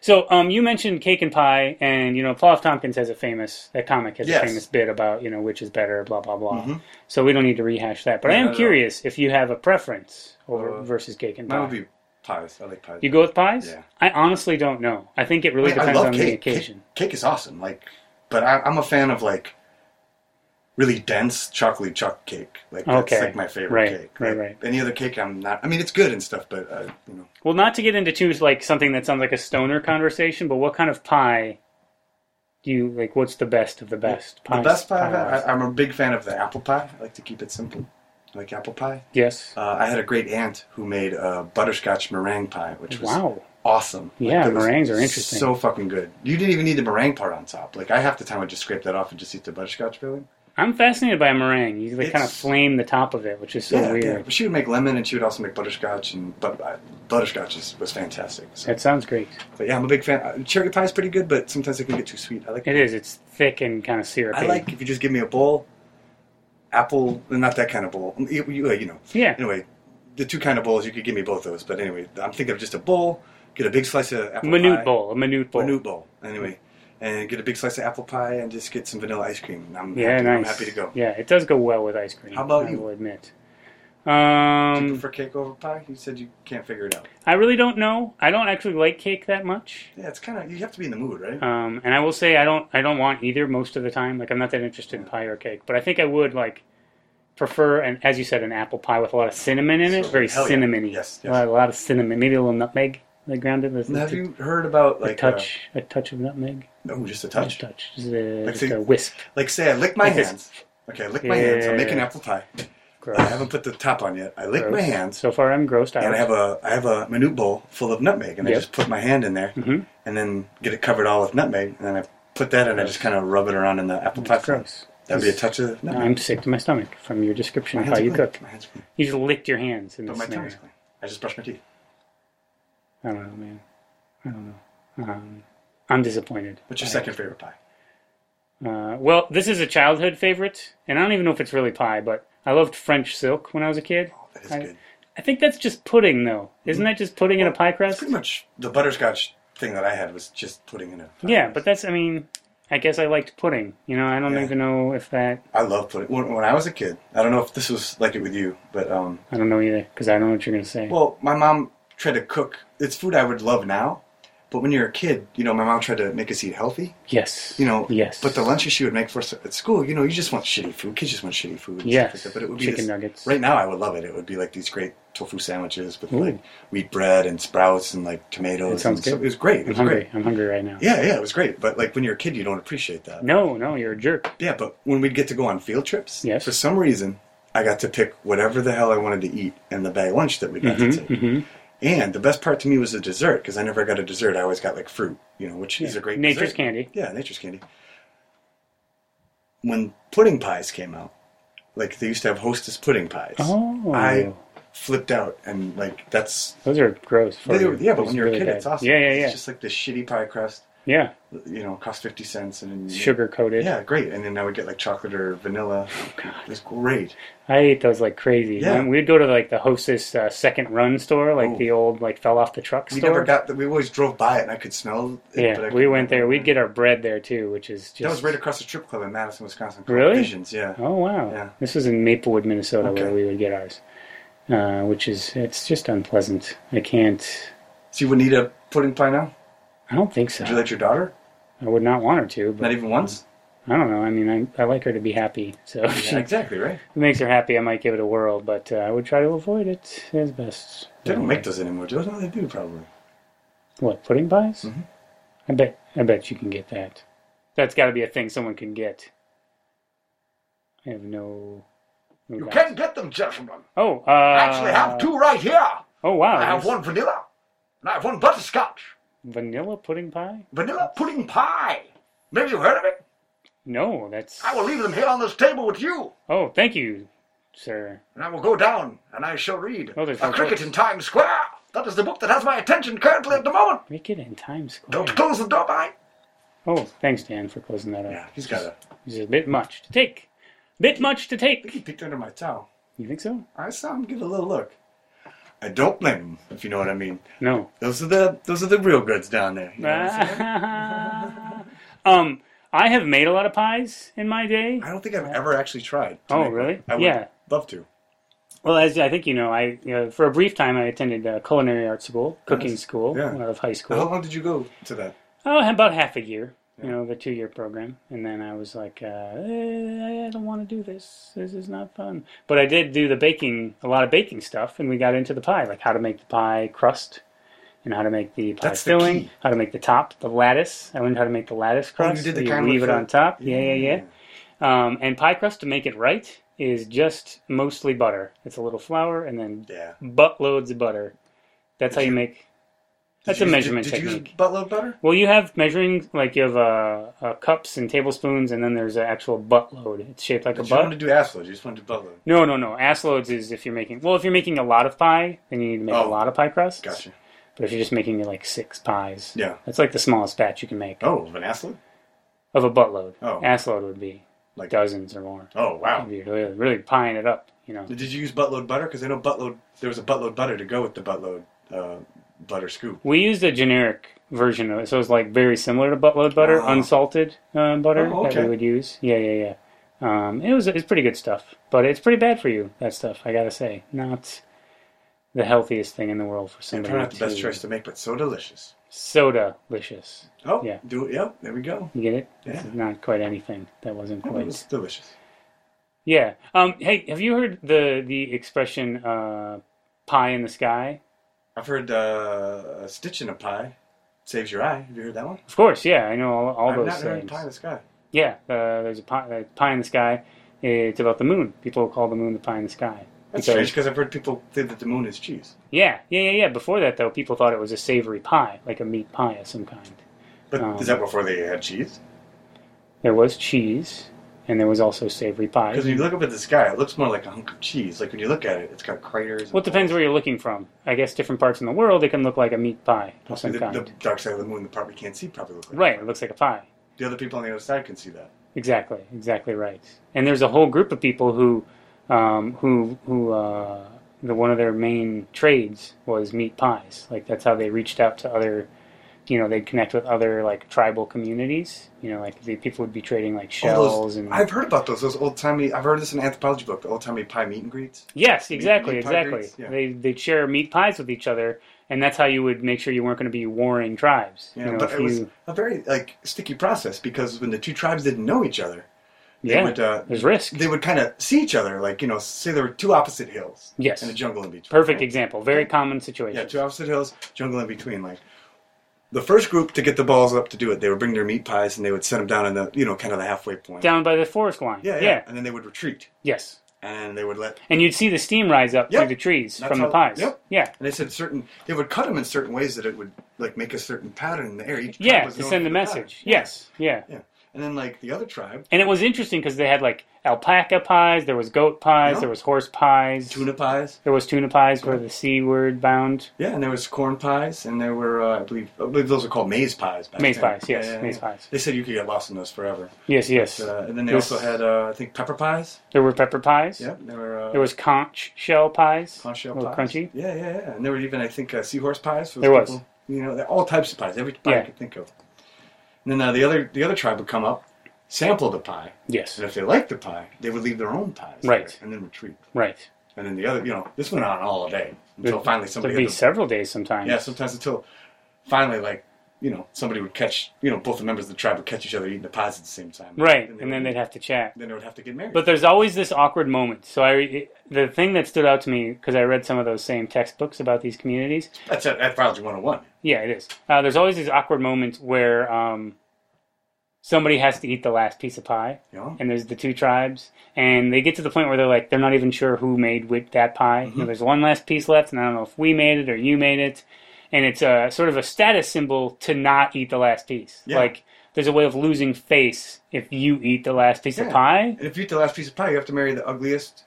Speaker 1: So um, you mentioned cake and pie, and you know Paul F. Tompkins has a famous that comic has
Speaker 2: Yes.
Speaker 1: a famous bit about you know which is better, blah blah blah.
Speaker 2: Mhm.
Speaker 1: So we don't need to rehash that. But I
Speaker 2: Yeah,
Speaker 1: am
Speaker 2: no, no.
Speaker 1: curious if you have a preference over
Speaker 2: Uh,
Speaker 1: versus cake and
Speaker 2: mine
Speaker 1: pie.
Speaker 2: would be pies. I like pies.
Speaker 1: you go with pies?
Speaker 2: Yeah.
Speaker 1: I honestly don't know. I think it really
Speaker 2: I
Speaker 1: depends
Speaker 2: love
Speaker 1: on the
Speaker 2: cake.
Speaker 1: occasion.
Speaker 2: Cake, cake is awesome. Like, but I, I'm a fan of like really dense chocolate choc cake. Like that's
Speaker 1: Okay.
Speaker 2: like my favorite
Speaker 1: Right,
Speaker 2: cake.
Speaker 1: right,
Speaker 2: Like,
Speaker 1: right.
Speaker 2: Any other cake, I'm not. I mean, it's good and stuff, but uh, you know,
Speaker 1: Well, not to get into too like something that sounds like a stoner conversation, but what kind of pie do you like? What's the best of the best?
Speaker 2: the
Speaker 1: Pies-
Speaker 2: best pie. I've had-
Speaker 1: pies.
Speaker 2: I, I'm a big fan of the apple pie. I like to keep it simple. I like apple pie.
Speaker 1: yes.
Speaker 2: Uh, I had a great aunt who made a butterscotch meringue pie, which was
Speaker 1: Wow.
Speaker 2: awesome.
Speaker 1: Yeah,
Speaker 2: that was
Speaker 1: meringues are interesting.
Speaker 2: So fucking good. You didn't even need the meringue part on top. Like I half the time would just scrape that off and just eat the butterscotch filling.
Speaker 1: I'm fascinated by meringue. You like, kind of
Speaker 2: It's-
Speaker 1: flame the top of it, which is so
Speaker 2: yeah,
Speaker 1: weird.
Speaker 2: yeah. But she would make lemon and she would also make butterscotch, and but uh, butterscotch is, was fantastic. So,
Speaker 1: That sounds great.
Speaker 2: but yeah, I'm a big fan. Uh, cherry pie is pretty good, but sometimes it can get too sweet. I like.
Speaker 1: It is. It's thick and kind of syrupy.
Speaker 2: I like if you just give me a bowl, apple, not that kind of bowl. You, you, uh, you know.
Speaker 1: Yeah.
Speaker 2: Anyway, the two kind of bowls you could give me both those. But anyway, I'm thinking of just a bowl. Get a big slice of apple
Speaker 1: Minute
Speaker 2: pie.
Speaker 1: bowl. A minute bowl.
Speaker 2: Minute bowl. Anyway, and get a big slice of apple pie and just get some vanilla ice cream. and I'm,
Speaker 1: Yeah,
Speaker 2: happy,
Speaker 1: nice.
Speaker 2: I'm happy to go.
Speaker 1: Yeah, it does go well with ice cream.
Speaker 2: How about
Speaker 1: I
Speaker 2: you?
Speaker 1: will admit.
Speaker 2: Do you
Speaker 1: Um,
Speaker 2: prefer cake over pie? You said you can't figure it out.
Speaker 1: I really don't know. I don't actually like cake that much.
Speaker 2: Yeah, it's kind of you have to be in the mood, right?
Speaker 1: Um, and I will say I don't I don't want either most of the time. Like I'm not that interested in pie or cake, but I think I would like prefer an as you said an apple pie with a lot of cinnamon in it.
Speaker 2: So,
Speaker 1: Very
Speaker 2: hell yeah.
Speaker 1: cinnamony.
Speaker 2: Yes,
Speaker 1: A, lot, a lot of cinnamon. Maybe a little nutmeg. Like grounded. with-
Speaker 2: Have you heard about
Speaker 1: a
Speaker 2: like uh,
Speaker 1: touch a touch of nutmeg.
Speaker 2: no, just a
Speaker 1: Just
Speaker 2: touch.
Speaker 1: a touch. Just a,
Speaker 2: Like,
Speaker 1: just
Speaker 2: so you-
Speaker 1: a wisp.
Speaker 2: Like say I lick my
Speaker 1: Like this.
Speaker 2: hands. Okay, I lick my hands. I'm making
Speaker 1: Yeah.
Speaker 2: apple pie.
Speaker 1: Gross.
Speaker 2: I haven't put the top on yet. I lick my
Speaker 1: Gross.
Speaker 2: hands.
Speaker 1: So far, I'm grossed out.
Speaker 2: And I have a I have a minute bowl full of nutmeg, and I
Speaker 1: Yep.
Speaker 2: just put my hand in there,
Speaker 1: Mhm.
Speaker 2: and then get it covered all with nutmeg, and then I put that, and I just kind of rub it around in the apple pie.
Speaker 1: That's
Speaker 2: filling.
Speaker 1: gross.
Speaker 2: That'd be a touch of nutmeg.
Speaker 1: I'm sick to my stomach from your description
Speaker 2: My
Speaker 1: of
Speaker 2: hands
Speaker 1: how
Speaker 2: are
Speaker 1: you
Speaker 2: clean.
Speaker 1: cook.
Speaker 2: My hands are clean.
Speaker 1: You just licked your hands in
Speaker 2: But
Speaker 1: this
Speaker 2: my
Speaker 1: scenario.
Speaker 2: tongue's clean. I just brush my teeth.
Speaker 1: I don't know, man. I don't know. Um, I'm disappointed.
Speaker 2: What's your
Speaker 1: I-
Speaker 2: second favorite pie?
Speaker 1: Uh, well, this is a childhood favorite, and I don't even know if it's really pie, but I loved French silk when I was a kid.
Speaker 2: Oh, that is
Speaker 1: I-
Speaker 2: good.
Speaker 1: I think that's just pudding, though. Isn't that just pudding in a pie crust?
Speaker 2: Pretty much the butterscotch thing that I had was just putting in a.
Speaker 1: Yeah, but that's, I mean, I guess I liked pudding. You know, I don't
Speaker 2: Yeah.
Speaker 1: even know if that,
Speaker 2: I love pudding. When, when I was a kid, I don't know if this was like it with you, but um,
Speaker 1: I don't know either, because I don't know what you're going to say.
Speaker 2: well, my mom tried to cook. It's food I would love now, but when you're a kid, you know, my mom tried to make us eat healthy.
Speaker 1: yes.
Speaker 2: You know,
Speaker 1: yes.
Speaker 2: But the lunches she would make for us at school, you know, you just want shitty food. Kids just want shitty food. and
Speaker 1: Yes.
Speaker 2: stuff like that, But it would be
Speaker 1: Chicken
Speaker 2: this-
Speaker 1: nuggets.
Speaker 2: Right now, I would love it. It would be like these great tofu sandwiches with
Speaker 1: Ooh.
Speaker 2: like wheat bread and sprouts and like tomatoes.
Speaker 1: That sounds
Speaker 2: and so-
Speaker 1: good.
Speaker 2: It was great. It
Speaker 1: I'm
Speaker 2: was
Speaker 1: hungry.
Speaker 2: great.
Speaker 1: I'm hungry right now.
Speaker 2: Yeah, yeah, it was great. But like when you're a kid, you don't appreciate that.
Speaker 1: No, no, you're a jerk.
Speaker 2: Yeah, but when we'd get to go on field trips,
Speaker 1: Yes.
Speaker 2: for some reason, I got to pick whatever the hell I wanted to eat and the bag lunch that we got to take.
Speaker 1: hmm
Speaker 2: And the best part to me was the dessert because I never got a dessert. I always got like fruit, you know, which is a great
Speaker 1: Nature's
Speaker 2: dessert.
Speaker 1: candy.
Speaker 2: Yeah, nature's candy. When pudding pies came out, like they used to have hostess pudding pies.
Speaker 1: Oh.
Speaker 2: I flipped out and like that's
Speaker 1: Those are gross. For
Speaker 2: they
Speaker 1: you.
Speaker 2: were- yeah, but
Speaker 1: Those
Speaker 2: when
Speaker 1: are
Speaker 2: you're
Speaker 1: really
Speaker 2: a kid,
Speaker 1: bad.
Speaker 2: it's awesome.
Speaker 1: Yeah, yeah,
Speaker 2: It's
Speaker 1: yeah.
Speaker 2: just like this shitty pie crust,
Speaker 1: yeah.
Speaker 2: you know, cost fifty cents and then
Speaker 1: Sugar Oh, coated.
Speaker 2: yeah, great. And then I would get like chocolate or vanilla. It was great.
Speaker 1: I ate those like crazy.
Speaker 2: Yeah.
Speaker 1: Man, We'd go to like the Hostess uh, second run store, like
Speaker 2: Ooh.
Speaker 1: the old like fell off the truck
Speaker 2: We
Speaker 1: store.
Speaker 2: never got that. We always drove by it, and I could smell it. but I
Speaker 1: yeah,
Speaker 2: could
Speaker 1: we went
Speaker 2: never-
Speaker 1: there. We'd get our bread there too, which is just
Speaker 2: That was right across the strip club in Madison, Wisconsin. called
Speaker 1: Really?
Speaker 2: Visions, yeah.
Speaker 1: Oh wow!
Speaker 2: Yeah.
Speaker 1: This was in Maplewood, Minnesota,
Speaker 2: Okay.
Speaker 1: where we would get ours, uh, which is it's just unpleasant. I can't.
Speaker 2: So you wouldn't eat a pudding pie now?
Speaker 1: I don't think so.
Speaker 2: Would you let your daughter?
Speaker 1: I would not want her to,
Speaker 2: Not
Speaker 1: but
Speaker 2: even once?
Speaker 1: I don't know. I mean, I, I like her to be happy, so [LAUGHS] if she
Speaker 2: Yeah, exactly, right?
Speaker 1: if it makes her happy, I might give it a whirl, but uh, I would try to avoid it as best.
Speaker 2: They don't make those anymore, do they? No, they do, probably.
Speaker 1: What pudding pies?
Speaker 3: Mm-hmm.
Speaker 2: Mhm.
Speaker 1: I bet. I bet you can get that. That's got to be a thing someone can get. I have no. no
Speaker 3: You
Speaker 1: doubt.
Speaker 3: can get them, gentlemen.
Speaker 1: Oh, uh,
Speaker 3: I actually have two right here.
Speaker 2: Uh,
Speaker 1: Oh wow!
Speaker 3: I have
Speaker 1: there's
Speaker 3: one vanilla, and I have one butterscotch.
Speaker 1: vanilla pudding pie.
Speaker 3: Vanilla pudding pie. Maybe you've heard of it.
Speaker 1: No, that's.
Speaker 3: I will leave them here on this table with you.
Speaker 1: Oh, thank you, sir.
Speaker 3: and I will go down, and I shall read
Speaker 1: Oh, there's no
Speaker 3: A Cricket in Times Square. That is the book that has my attention currently at the moment.
Speaker 1: Make it in Times Square.
Speaker 3: Don't close the door behind.
Speaker 1: Oh, thanks, Dan, for closing that up.
Speaker 2: Yeah, he's got a.
Speaker 1: It's a bit much to take. Bit much to
Speaker 2: I think
Speaker 1: take.
Speaker 2: he peeked under my towel.
Speaker 1: You think so?
Speaker 2: I saw him give it a little look. I don't blame him, if you know what I mean.
Speaker 3: [LAUGHS]
Speaker 1: No. [LAUGHS]
Speaker 2: Those are the those are the real goods down there. you know
Speaker 1: Ah,
Speaker 2: what I'm saying?
Speaker 1: um, I have made a lot of pies in my day.
Speaker 2: I don't think I've ever actually tried. to
Speaker 1: Oh,
Speaker 2: make one.
Speaker 1: really?
Speaker 2: I would
Speaker 1: Yeah.
Speaker 2: love to.
Speaker 1: Well, as I think you know, I you know, for a brief time I attended uh, culinary art school, cooking
Speaker 2: Nice.
Speaker 1: school
Speaker 2: Yeah.
Speaker 1: out of high
Speaker 2: Now, How
Speaker 1: school.
Speaker 2: long did you go to that?
Speaker 1: Oh, about half a year. You
Speaker 2: Yeah.
Speaker 1: know, the two-year program, and then I was like, uh, eh, I don't want to do this. This is not fun. But I did do the baking, a lot of baking stuff, and we got into the pie, like how to make the pie crust, and how to make the pie
Speaker 2: That's the
Speaker 1: filling,
Speaker 2: key.
Speaker 1: how to make the top, the lattice. I learned how to make the lattice
Speaker 2: Oh, you
Speaker 1: crust.
Speaker 2: did the
Speaker 1: where
Speaker 2: kind with
Speaker 1: leave it
Speaker 2: the-
Speaker 1: on top. Yeah, yeah, yeah. Um, and pie crust, to make it right, is just mostly butter. It's a little flour and then
Speaker 2: Yeah.
Speaker 1: buttloads of butter. That's how you make. That's
Speaker 2: Did
Speaker 1: a
Speaker 2: you-
Speaker 1: measurement
Speaker 2: did, did
Speaker 1: technique.
Speaker 2: you use buttload butter?
Speaker 1: Well, you have measuring, like you have uh, uh, cups and tablespoons, and then there's an actual buttload. It's shaped like
Speaker 2: Did
Speaker 1: a
Speaker 2: you don't
Speaker 1: butt.
Speaker 2: want to do ass loads, you just want to do buttload.
Speaker 1: No, no, no. Ass loads is if you're making. Well, if you're making a lot of pie, then you need to make
Speaker 2: Oh.
Speaker 1: a lot of pie crust.
Speaker 2: Gotcha.
Speaker 1: But if you're just making like six pies,
Speaker 2: Yeah.
Speaker 1: that's like the smallest batch you can make
Speaker 2: Oh, of an ass load?
Speaker 1: of a buttload.
Speaker 2: Oh.
Speaker 1: Ass load would be
Speaker 2: Like-
Speaker 1: dozens or more.
Speaker 2: Oh, wow.
Speaker 1: If you're really, really pieing it up, you know.
Speaker 2: Did you use buttload butter? Because I know buttload, there was a buttload butter to go with the buttload uh, butter scoop.
Speaker 1: We used a generic version of it, so it's like very similar to buttload butter,
Speaker 2: Oh.
Speaker 1: unsalted uh, butter
Speaker 2: Oh,
Speaker 1: that
Speaker 2: okay.
Speaker 1: we would use. Yeah, yeah, yeah. Um, it was it's pretty good stuff, but it's pretty bad for you. That stuff, I gotta say, not the healthiest thing in the world for
Speaker 2: And
Speaker 1: somebody.
Speaker 2: probably not the best
Speaker 1: to-
Speaker 2: choice to make, but so delicious.
Speaker 1: Soda licious.
Speaker 2: Oh,
Speaker 1: Yeah.
Speaker 2: do it. Yep, there we go.
Speaker 1: You get it?
Speaker 2: Yeah.
Speaker 1: This is not quite anything. That wasn't
Speaker 2: It
Speaker 1: quite.
Speaker 2: was delicious.
Speaker 1: Yeah. Um. Hey, have you heard the the expression uh, "pie in the sky"?
Speaker 2: I've heard uh, a stitch in a pie saves your eye. Have you heard that one?
Speaker 1: Of course. Yeah, I know all, all
Speaker 2: I've
Speaker 1: those
Speaker 2: not heard
Speaker 1: things.
Speaker 2: pie in the sky.
Speaker 1: Yeah, uh, there's a pie, a pie in the sky. uh, It's about the moon. People call the moon the pie in the sky. Because-
Speaker 2: That's strange strange because I've heard people say that the moon is cheese.
Speaker 1: Yeah, yeah, yeah, yeah. Before that, though, people thought it was a savory pie, like a meat pie of some kind.
Speaker 2: But
Speaker 1: Um,
Speaker 2: is that before they had cheese?
Speaker 1: There was cheese, and there was also savory pie.
Speaker 2: Because when you look up at the sky, it looks more like a hunk of cheese. Like when you look at it, it's got craters. and
Speaker 1: Well, it depends
Speaker 2: holes.
Speaker 1: where you're looking from. I guess different parts in the world, it can look like a meat pie of
Speaker 2: Possibly
Speaker 1: some
Speaker 2: the, the
Speaker 1: kind.
Speaker 2: dark side of the moon, the part we can't see, probably looks like.
Speaker 1: Right, it looks like a pie.
Speaker 2: The other people on the other side can see that.
Speaker 1: Exactly, exactly right. And there's a whole group of people who, um, who, who, uh, the one of their main trades was meat pies. Like that's how they reached out to other, you know, they'd connect with other like tribal communities. You know, like the people would be trading like
Speaker 2: All those-
Speaker 1: shells and
Speaker 2: I've heard about those. Those old timey. I've heard this in an anthropology book. The old timey pie meet and greets.
Speaker 1: yes,
Speaker 2: meat
Speaker 1: exactly,
Speaker 2: pie
Speaker 1: exactly.
Speaker 2: trades, yeah.
Speaker 1: They they'd share meat pies with each other, and that's how you would make sure you weren't going to be warring tribes.
Speaker 2: Yeah,
Speaker 1: you know,
Speaker 2: but
Speaker 1: if
Speaker 2: it was
Speaker 1: you,
Speaker 2: a very like sticky process because when the two tribes didn't know each other,
Speaker 1: yeah,
Speaker 2: they would uh,
Speaker 1: there's risk.
Speaker 2: they would kind of see each other. Like you know, say there were two opposite hills
Speaker 1: Yes,
Speaker 2: and a jungle in between.
Speaker 1: perfect
Speaker 2: right?
Speaker 1: example. Very common situation.
Speaker 2: Yeah, two opposite hills, jungle in between. Like the first group to get the balls up to do it, they would bring their meat pies and they would set them down in the you know kind of the halfway point.
Speaker 1: Down by the forest line.
Speaker 2: Yeah, yeah,
Speaker 1: yeah.
Speaker 2: And then they would retreat
Speaker 1: Yes.
Speaker 2: and they would let.
Speaker 1: and you'd see the steam rise up
Speaker 2: Yep.
Speaker 1: through the trees
Speaker 2: That's
Speaker 1: from the
Speaker 2: how-
Speaker 1: pies.
Speaker 2: yep.
Speaker 1: Yeah,
Speaker 2: And they said certain they would cut them in certain ways that it would like make a certain pattern in the air. Each tribe
Speaker 1: yeah,
Speaker 2: was
Speaker 1: to
Speaker 2: known
Speaker 1: send
Speaker 2: for
Speaker 1: the
Speaker 2: the pattern.
Speaker 1: message. Yes, yeah.
Speaker 2: Yeah. And then like the other tribe,
Speaker 1: And it was interesting because they had like alpaca pies, there was goat pies,
Speaker 2: Yeah.
Speaker 1: there was horse pies,
Speaker 2: tuna pies.
Speaker 1: there was tuna pies for the seaward bound
Speaker 2: Yeah, and there was corn pies, and there were uh, I believe I believe those were called maize pies. Back
Speaker 1: maize
Speaker 2: then.
Speaker 1: pies. Yes,
Speaker 2: Yeah, yeah,
Speaker 1: maize
Speaker 2: yeah.
Speaker 1: pies.
Speaker 2: They said you could get lost in those forever.
Speaker 1: Yes, yes.
Speaker 2: Uh, and then they
Speaker 1: This-
Speaker 2: also had uh, I think pepper pies.
Speaker 1: there were pepper pies.
Speaker 2: Yeah, there were. Uh,
Speaker 1: There was conch shell pies.
Speaker 2: Conch
Speaker 1: a
Speaker 2: shell
Speaker 1: little
Speaker 2: pies.
Speaker 1: crunchy.
Speaker 2: Yeah, yeah, yeah. And there were even, I think, uh, seahorse pies. For
Speaker 1: There was.
Speaker 2: people. You know, they're all types of pies, every pie
Speaker 1: Yeah.
Speaker 2: you could think of. And then uh, the other the other tribe would come up, sample the pie,
Speaker 1: Yes,
Speaker 2: and if they liked the pie, they would leave their own pies.
Speaker 1: Right.
Speaker 2: there and then retreat.
Speaker 1: right.
Speaker 2: And then the other, you know, this went on all day until
Speaker 1: There'd-
Speaker 2: finally
Speaker 1: There'd
Speaker 2: somebody.
Speaker 1: be
Speaker 2: had the-
Speaker 1: several days sometimes.
Speaker 2: yeah, sometimes until finally, like, you know, somebody would catch, you know, both the members of the tribe would catch each other eating the pies at the same time.
Speaker 1: Right,
Speaker 2: they
Speaker 1: and then
Speaker 2: would-
Speaker 1: they'd have to chat.
Speaker 2: Then they would have to get married.
Speaker 1: But there's always this awkward moment. So I, the thing that stood out to me because I read some of those same textbooks about these communities.
Speaker 2: that's at oh Anthropology 101.
Speaker 1: Yeah, it is. Uh, there's always these awkward moments where um, somebody has to eat the last piece of pie,
Speaker 2: You know?
Speaker 1: and there's the two tribes, and they get to the point where they're like, they're not even sure who made with that pie. You know,
Speaker 2: Mm-hmm.
Speaker 1: there's one last piece left, and I don't know if we made it or you made it, and it's a sort of a status symbol to not eat the last piece.
Speaker 2: Yeah.
Speaker 1: Like there's a way of losing face if you eat the last piece
Speaker 2: Yeah.
Speaker 1: of pie.
Speaker 2: And if you eat the last piece of pie, you have to marry the ugliest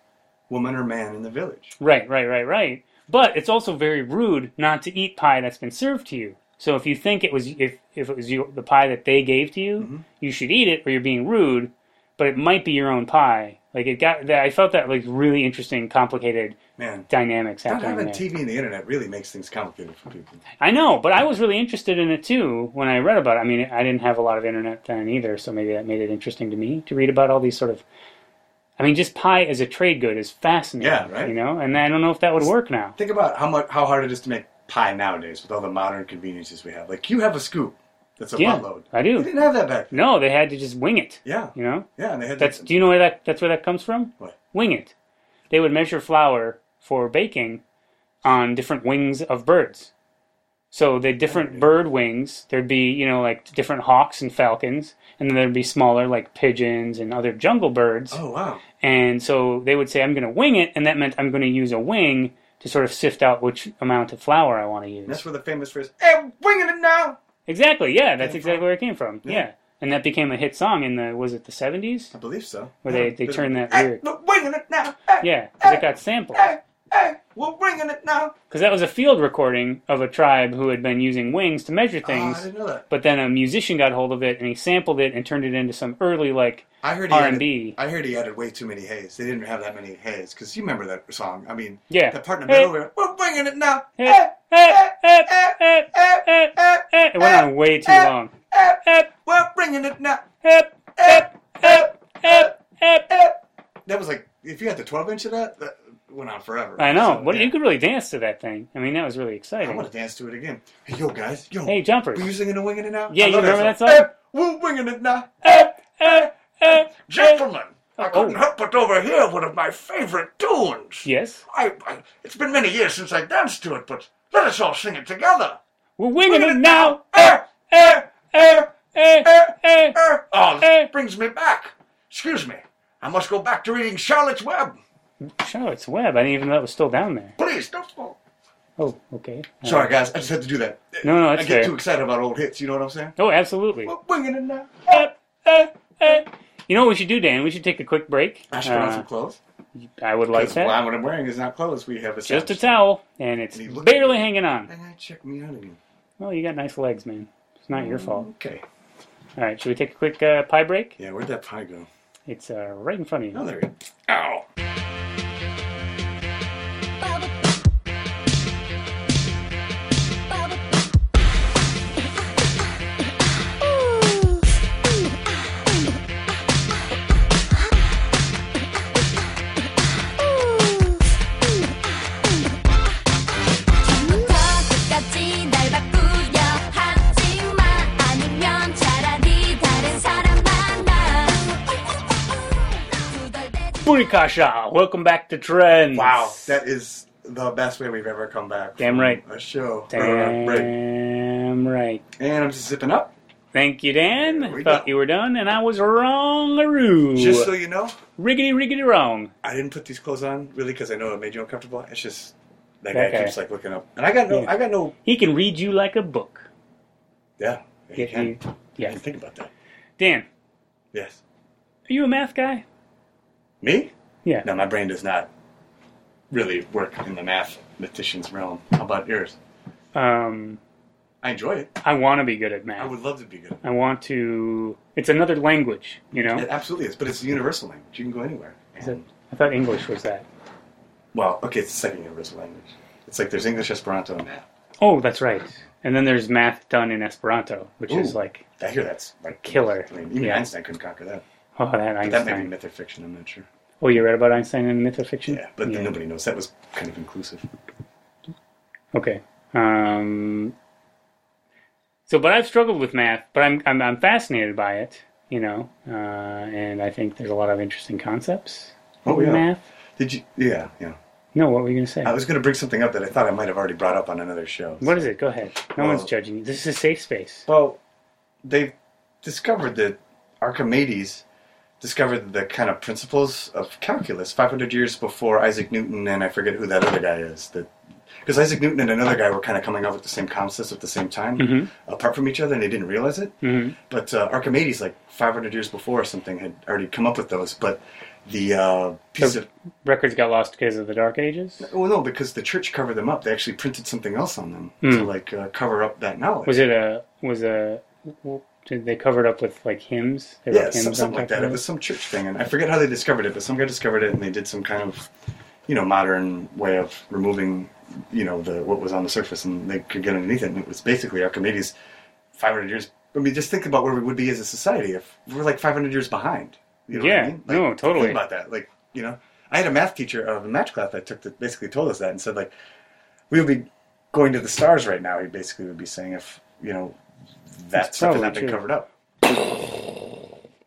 Speaker 2: woman or man in the village.
Speaker 1: Right, right, right, right. But it's also very rude not to eat pie that's been served to you. So if you think it was if if it was you, the pie that they gave to you,
Speaker 2: Mhm.
Speaker 1: you should eat it, or you're being rude. But it might be your own pie. Like it got that. I felt that like really interesting, complicated
Speaker 2: Man,
Speaker 1: dynamics
Speaker 2: not
Speaker 1: happening
Speaker 2: having
Speaker 1: there.
Speaker 2: TV and the internet really makes things complicated for people.
Speaker 1: I know, but I was really interested in it too when I read about it. I mean, I didn't have a lot of internet then either, so maybe that made it interesting to me to read about all these sort of. I mean, just pie as a trade good is fascinating.
Speaker 2: Yeah, right.
Speaker 1: You know, and I don't know if that would work now.
Speaker 2: Think about how much how hard it is to make pie nowadays with all the modern conveniences we have. Like you have a scoop that's a
Speaker 1: Yeah,
Speaker 2: buttload.
Speaker 1: I
Speaker 2: They
Speaker 1: do.
Speaker 2: didn't have that back. then.
Speaker 1: No, they had to just wing it.
Speaker 2: Yeah,
Speaker 1: You know,
Speaker 2: yeah, and they had
Speaker 1: that's.
Speaker 2: that.
Speaker 1: Do you know where that? That's where that comes from.
Speaker 2: What?
Speaker 1: Wing it. They would measure flour for baking on different wings of birds. So the different bird wings, there'd be you know like different hawks and falcons, and then there'd be smaller like pigeons and other jungle birds.
Speaker 2: Oh wow,
Speaker 1: And so they would say, "I'm going to wing it," and that meant I'm going to use a wing to sort of sift out which amount of flour I want to use.
Speaker 2: and that's where the famous phrase
Speaker 3: Hey, winging it now.
Speaker 1: Exactly. Yeah, that's
Speaker 2: Came
Speaker 1: exactly
Speaker 2: from.
Speaker 1: where it came from. Yeah.
Speaker 2: Yeah.
Speaker 1: and that became a hit song in the was it the seventies
Speaker 2: I believe so.
Speaker 1: where
Speaker 2: Yeah,
Speaker 1: they they
Speaker 2: but-
Speaker 1: turned that
Speaker 3: Hey,
Speaker 1: lyric.
Speaker 3: we're winging it now. Hey,
Speaker 1: Yeah, because it got sampled.
Speaker 3: hey, hey, we're winging it now.
Speaker 2: Ah,
Speaker 1: Because that was a field recording of a tribe who had been using wings to measure
Speaker 2: Oh, I
Speaker 1: things.
Speaker 2: didn't know that.
Speaker 1: But then a musician got hold of it and he sampled it and turned it into some early like
Speaker 2: I heard he
Speaker 1: R and
Speaker 2: added,
Speaker 1: B.
Speaker 2: I heard he added way too many hays. They didn't have that many hays because you remember that song. I mean,
Speaker 1: Yeah.
Speaker 2: that part in the
Speaker 1: Hey.
Speaker 2: middle where
Speaker 3: We're winging it now.
Speaker 1: Eh, eh, eh,
Speaker 3: eh,
Speaker 1: eh,
Speaker 3: eh,
Speaker 1: eh,
Speaker 3: eh,
Speaker 1: eh. It went on way too
Speaker 3: eh,
Speaker 1: long.
Speaker 3: eh,
Speaker 1: Eh,
Speaker 3: We're bringing it now.
Speaker 1: eh, eh, eh, eh, eh.
Speaker 2: that was like if you had the 12 inch of that, that went on forever.
Speaker 1: I know.
Speaker 2: So,
Speaker 1: What
Speaker 2: yeah.
Speaker 1: you could really dance to that thing. I mean, that was really
Speaker 2: I want
Speaker 1: exciting.
Speaker 2: to dance to it again. Hey, yo, guys, yo,
Speaker 1: Hey,
Speaker 2: were you
Speaker 1: jumpers.
Speaker 2: singing and winging it now?
Speaker 1: Yeah,
Speaker 2: I
Speaker 1: you
Speaker 2: love
Speaker 1: remember that song?
Speaker 2: Hey, we're winging it now.
Speaker 1: Eh, eh, eh, eh.
Speaker 3: Gentlemen,
Speaker 1: Oh.
Speaker 3: I couldn't help but overhear one of my favorite tunes.
Speaker 1: Yes.
Speaker 3: I, I, it's been many years since I danced to it, but let us all sing it together.
Speaker 1: We're winging it now.
Speaker 3: Eh, eh,
Speaker 1: Eh, eh, eh.
Speaker 3: eh. Oh, this
Speaker 1: Eh.
Speaker 3: brings me back. Excuse me. I must go back to reading Charlotte's Web.
Speaker 1: Charlotte's Web. I didn't even know that was still down there.
Speaker 3: Please, don't fall.
Speaker 1: Oh, okay. Uh,
Speaker 2: Sorry, guys, I just had to do that.
Speaker 1: No, no,
Speaker 2: I
Speaker 1: that's
Speaker 2: get
Speaker 1: fair.
Speaker 2: too excited about old hits. You know what I'm saying?
Speaker 1: Oh, absolutely.
Speaker 2: We're winging it now.
Speaker 1: Uh, uh, uh. You know what we should do, Dan? We should take a quick break.
Speaker 2: I should put on
Speaker 1: Uh,
Speaker 2: some clothes.
Speaker 1: I would like
Speaker 2: Because
Speaker 1: that.
Speaker 2: why what I'm wearing is not clothes. We have a
Speaker 1: Just a towel, and it's
Speaker 2: And he looked-
Speaker 1: barely hanging on.
Speaker 2: And I check me out again.
Speaker 1: Well, you got nice legs, man. It's not your fault.
Speaker 2: Okay.
Speaker 1: All right, should we take a quick uh, pie break?
Speaker 2: Yeah, where'd that pie go?
Speaker 1: It's uh, right in front of
Speaker 2: Oh,
Speaker 1: you.
Speaker 2: there we go. Ow.
Speaker 4: 똑같이 날 바꾸려 하지마 아니면 차라리 다른 사람 만나 두덜대지
Speaker 1: Burikasha, welcome back to Trends.
Speaker 2: Wow, that is the best way we've ever come back.
Speaker 1: Damn
Speaker 2: from
Speaker 1: right.
Speaker 2: A show. or a uh, break.
Speaker 1: Damn right.
Speaker 2: And I'm just zipping up.
Speaker 1: Thank you, Dan.
Speaker 2: There we
Speaker 1: Thought
Speaker 2: go.
Speaker 1: you were done, and I was wrong. Riggedy,
Speaker 2: Just so you know,
Speaker 1: riggedy wrong.
Speaker 2: I didn't put these clothes on really because I know it made you uncomfortable. It's just that,
Speaker 1: That
Speaker 2: guy,
Speaker 1: guy.
Speaker 2: keeps like looking up, and I got no,
Speaker 1: Yeah.
Speaker 2: I got no,
Speaker 1: He can read you like a book.
Speaker 2: yeah. You
Speaker 1: Get you.
Speaker 2: can,
Speaker 1: Yeah.
Speaker 2: you can think about that.
Speaker 1: Dan,
Speaker 2: Yes.
Speaker 1: are you a math guy?
Speaker 2: Me?
Speaker 1: Yeah.
Speaker 2: No, my brain does not really work in the mathematician's realm. How about yours?
Speaker 1: Um,
Speaker 2: I enjoy it.
Speaker 1: I want to be good at
Speaker 2: I
Speaker 1: math.
Speaker 2: would love to be good.
Speaker 1: I want to. It's another language, you know.
Speaker 2: It absolutely is, but it's a universal language. You can go anywhere.
Speaker 1: Is it- I thought English was that.
Speaker 2: Well, okay, it's the second universal language. It's like there's English, Esperanto, and math.
Speaker 1: Oh, that's right. And then there's math done in Esperanto, which is
Speaker 2: Ooh.
Speaker 1: like,
Speaker 2: I hear that's like the
Speaker 1: Killer.
Speaker 2: most- I mean, even
Speaker 1: Yeah.
Speaker 2: Einstein couldn't conquer that.
Speaker 1: oh, that
Speaker 2: But that may be
Speaker 1: Einstein. Hmm.
Speaker 2: myth or fiction. I'm not sure.
Speaker 1: oh, you read about Einstein in Myth or Fiction?
Speaker 2: Yeah, but then nobody knows. That was kind of inclusive.
Speaker 1: Okay. Um, so, but I've struggled with math, but I'm I'm, I'm fascinated by it, you know, uh, and I think there's a lot of interesting concepts
Speaker 2: Oh,
Speaker 1: in
Speaker 2: yeah.
Speaker 1: math.
Speaker 2: Did you? Yeah, yeah.
Speaker 1: No, what were you going to say?
Speaker 2: I was going to bring something up that I thought I might have already brought up on another show.
Speaker 1: What is it? Go ahead. No
Speaker 2: Well-
Speaker 1: one's judging you. This is a safe space.
Speaker 2: Well, they've discovered that Archimedes discovered the kind of principles of calculus 500 years before Isaac Newton and I forget who that other guy is. That because Isaac Newton and another guy were kind of coming up with the same concepts at the same time,
Speaker 1: Mhm.
Speaker 2: apart from each other, and they didn't realize it.
Speaker 1: hmm
Speaker 2: But uh, Archimedes, like 500 years before or something, had already come up with those. But the uh, piece
Speaker 1: So-
Speaker 2: of
Speaker 1: Records got lost because of the Dark Ages.
Speaker 2: well, no, because the church covered them up. They actually printed something else on them to
Speaker 1: Hmm.
Speaker 2: like uh, cover up that knowledge.
Speaker 1: Was it a was a did they cover it up with like hymns? They
Speaker 2: yeah,
Speaker 1: wrote
Speaker 2: some,
Speaker 1: hymns on
Speaker 2: something like
Speaker 1: top of
Speaker 2: that. It was some church thing, and I forget how they discovered it, but some guy discovered it, and they did some kind of, you know, modern way of removing, you know, the what was on the surface, and they could get underneath it, and it was basically Archimedes, 500 years. I mean, just think about where we would be as a society if we're like 500 years behind. You know what
Speaker 1: Yeah,
Speaker 2: I mean?
Speaker 1: no, totally.
Speaker 2: Think about that. Like, you know, I had a math teacher of a math class that took that basically told us that and said like, we would be going to the stars right now. He basically would be saying if you know that
Speaker 1: That's
Speaker 2: stuff
Speaker 1: probably
Speaker 2: had not been
Speaker 1: true.
Speaker 2: covered up.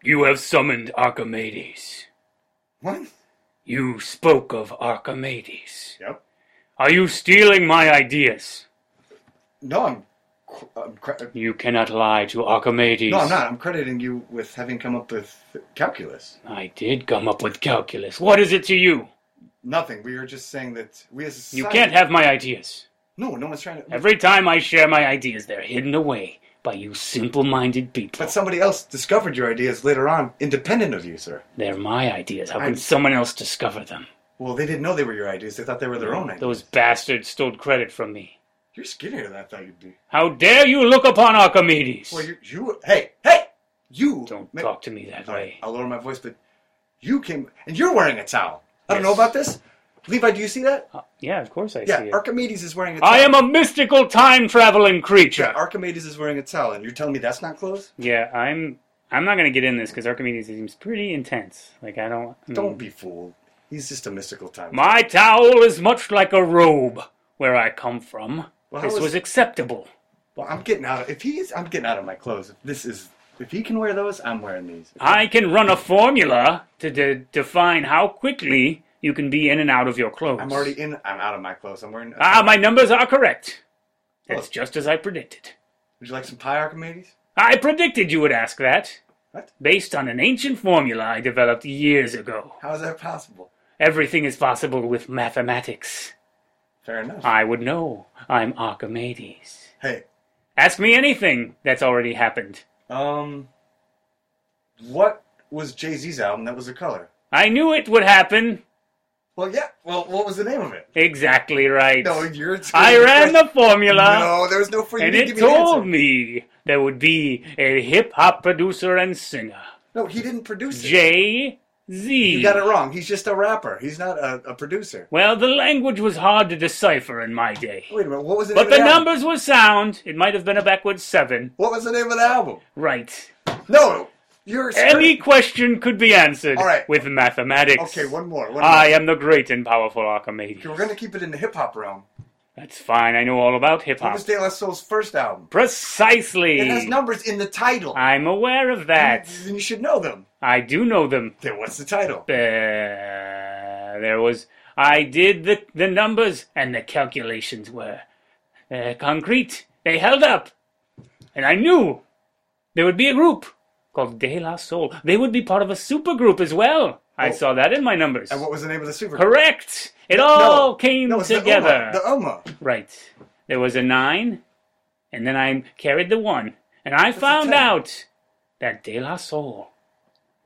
Speaker 1: You have summoned Archimedes.
Speaker 2: What?
Speaker 1: You spoke of Archimedes.
Speaker 2: Yep.
Speaker 1: Are you stealing my ideas?
Speaker 2: No, I'm. cr- I'm cre-
Speaker 1: You cannot lie to Archimedes.
Speaker 2: no, I'm not. I'm crediting you with having come up with calculus.
Speaker 1: I did come up with calculus. What is it to you?
Speaker 2: Nothing. We are just saying that we as a
Speaker 1: You
Speaker 2: society-
Speaker 1: can't have my ideas.
Speaker 2: No, no one's trying to.
Speaker 1: Every time I share my ideas, they're hidden away by you simple minded people.
Speaker 2: But somebody else discovered your ideas later on, independent of you, sir.
Speaker 1: They're my ideas. How
Speaker 2: I'm-
Speaker 1: can someone else discover them?
Speaker 2: Well, they didn't know they were your ideas. They thought they were their own ideas.
Speaker 1: Those bastards stole credit from me.
Speaker 2: You're skinnier than I thought you'd be.
Speaker 1: How dare you look upon Archimedes?
Speaker 2: Well, you, you, hey, hey, you.
Speaker 1: Don't
Speaker 2: ma-
Speaker 1: talk to me that
Speaker 2: All right,
Speaker 1: way.
Speaker 2: I'll lower my voice, but you came, and you're wearing a towel. I don't
Speaker 1: Yes.
Speaker 2: know about this, Levi. Do you see that?
Speaker 1: Uh, yeah, of course I see
Speaker 2: yeah,
Speaker 1: it.
Speaker 2: Archimedes is wearing a towel.
Speaker 1: I am a mystical time traveling creature.
Speaker 2: Yeah, Archimedes is wearing a towel, and you're telling me that's not clothes?
Speaker 1: Yeah, I'm. I'm not gonna get in this because Archimedes seems pretty intense. Like I don't. I mean-
Speaker 2: Don't be fooled. He's just a mystical time.
Speaker 1: Hmm. My towel is much like a robe. Where I come from,
Speaker 2: Well, how
Speaker 1: this
Speaker 2: is-
Speaker 1: was acceptable.
Speaker 2: well, I'm getting out. Of, if he is, I'm getting out of my clothes. If this is, if he can wear those, I'm wearing these.
Speaker 1: I can run a formula to de- define how quickly you can be in and out of your clothes.
Speaker 2: I'm already in. I'm out of my clothes. I'm wearing.
Speaker 1: Ah, my numbers are correct. That's
Speaker 2: Oh.
Speaker 1: just as I predicted.
Speaker 2: Would you like some pie, Archimedes?
Speaker 1: I predicted you would ask that.
Speaker 2: What?
Speaker 1: Based on an ancient formula I developed years ago.
Speaker 2: How is that possible?
Speaker 1: Everything is possible with mathematics.
Speaker 2: Fair enough.
Speaker 1: I would know. I'm Archimedes.
Speaker 2: hey,
Speaker 1: Ask me anything that's already happened.
Speaker 2: um, what was Jay Z's album that was a color?
Speaker 1: I knew it would happen.
Speaker 2: Well, yeah. Well, what was the name of it?
Speaker 1: Exactly right.
Speaker 2: No, you're.
Speaker 1: I ran the formula,
Speaker 2: No, there was no free.
Speaker 1: and
Speaker 2: you didn't
Speaker 1: it
Speaker 2: give me an answer.
Speaker 1: told me there would be a hip hop producer and singer,
Speaker 2: No, he didn't produce it.
Speaker 1: Jay
Speaker 2: You
Speaker 1: Z.
Speaker 2: got it wrong. He's just a rapper. He's not a, a producer.
Speaker 1: Well, the language was hard to decipher in my day.
Speaker 2: Wait a minute. What was the name
Speaker 1: But
Speaker 2: of
Speaker 1: the
Speaker 2: the album?
Speaker 1: numbers were sound. It might have been a backwards seven.
Speaker 2: What was the name of the album?
Speaker 1: Right.
Speaker 2: No, you're
Speaker 1: Any question could be answered
Speaker 2: All right.
Speaker 1: with mathematics.
Speaker 2: Okay, one more. One
Speaker 1: I
Speaker 2: more.
Speaker 1: am the great and powerful Archimedes.
Speaker 2: Okay, We're gonna keep it in the hip hop realm.
Speaker 1: Ah. That's fine. I know all about hip
Speaker 2: What
Speaker 1: hop.
Speaker 2: was De La Soul's first album?
Speaker 1: Precisely.
Speaker 2: It has Mm. numbers in the title.
Speaker 1: I'm aware of that.
Speaker 2: Then you should know them.
Speaker 1: I do know them.
Speaker 2: Then what's the title?
Speaker 1: Uh, there was. I did the the numbers, and the calculations were uh, concrete. They held up, and I knew there would be a group called De La Soul. They would be part of a supergroup as well. I
Speaker 2: Oh.
Speaker 1: saw that in my numbers.
Speaker 2: And what was the name of the super?
Speaker 1: Correct. It all came
Speaker 2: no, it's the
Speaker 1: together.
Speaker 2: Uma. The Oma.
Speaker 1: Right. There was a nine, and then I carried the one, and I found
Speaker 2: ten.
Speaker 1: out that De La Soul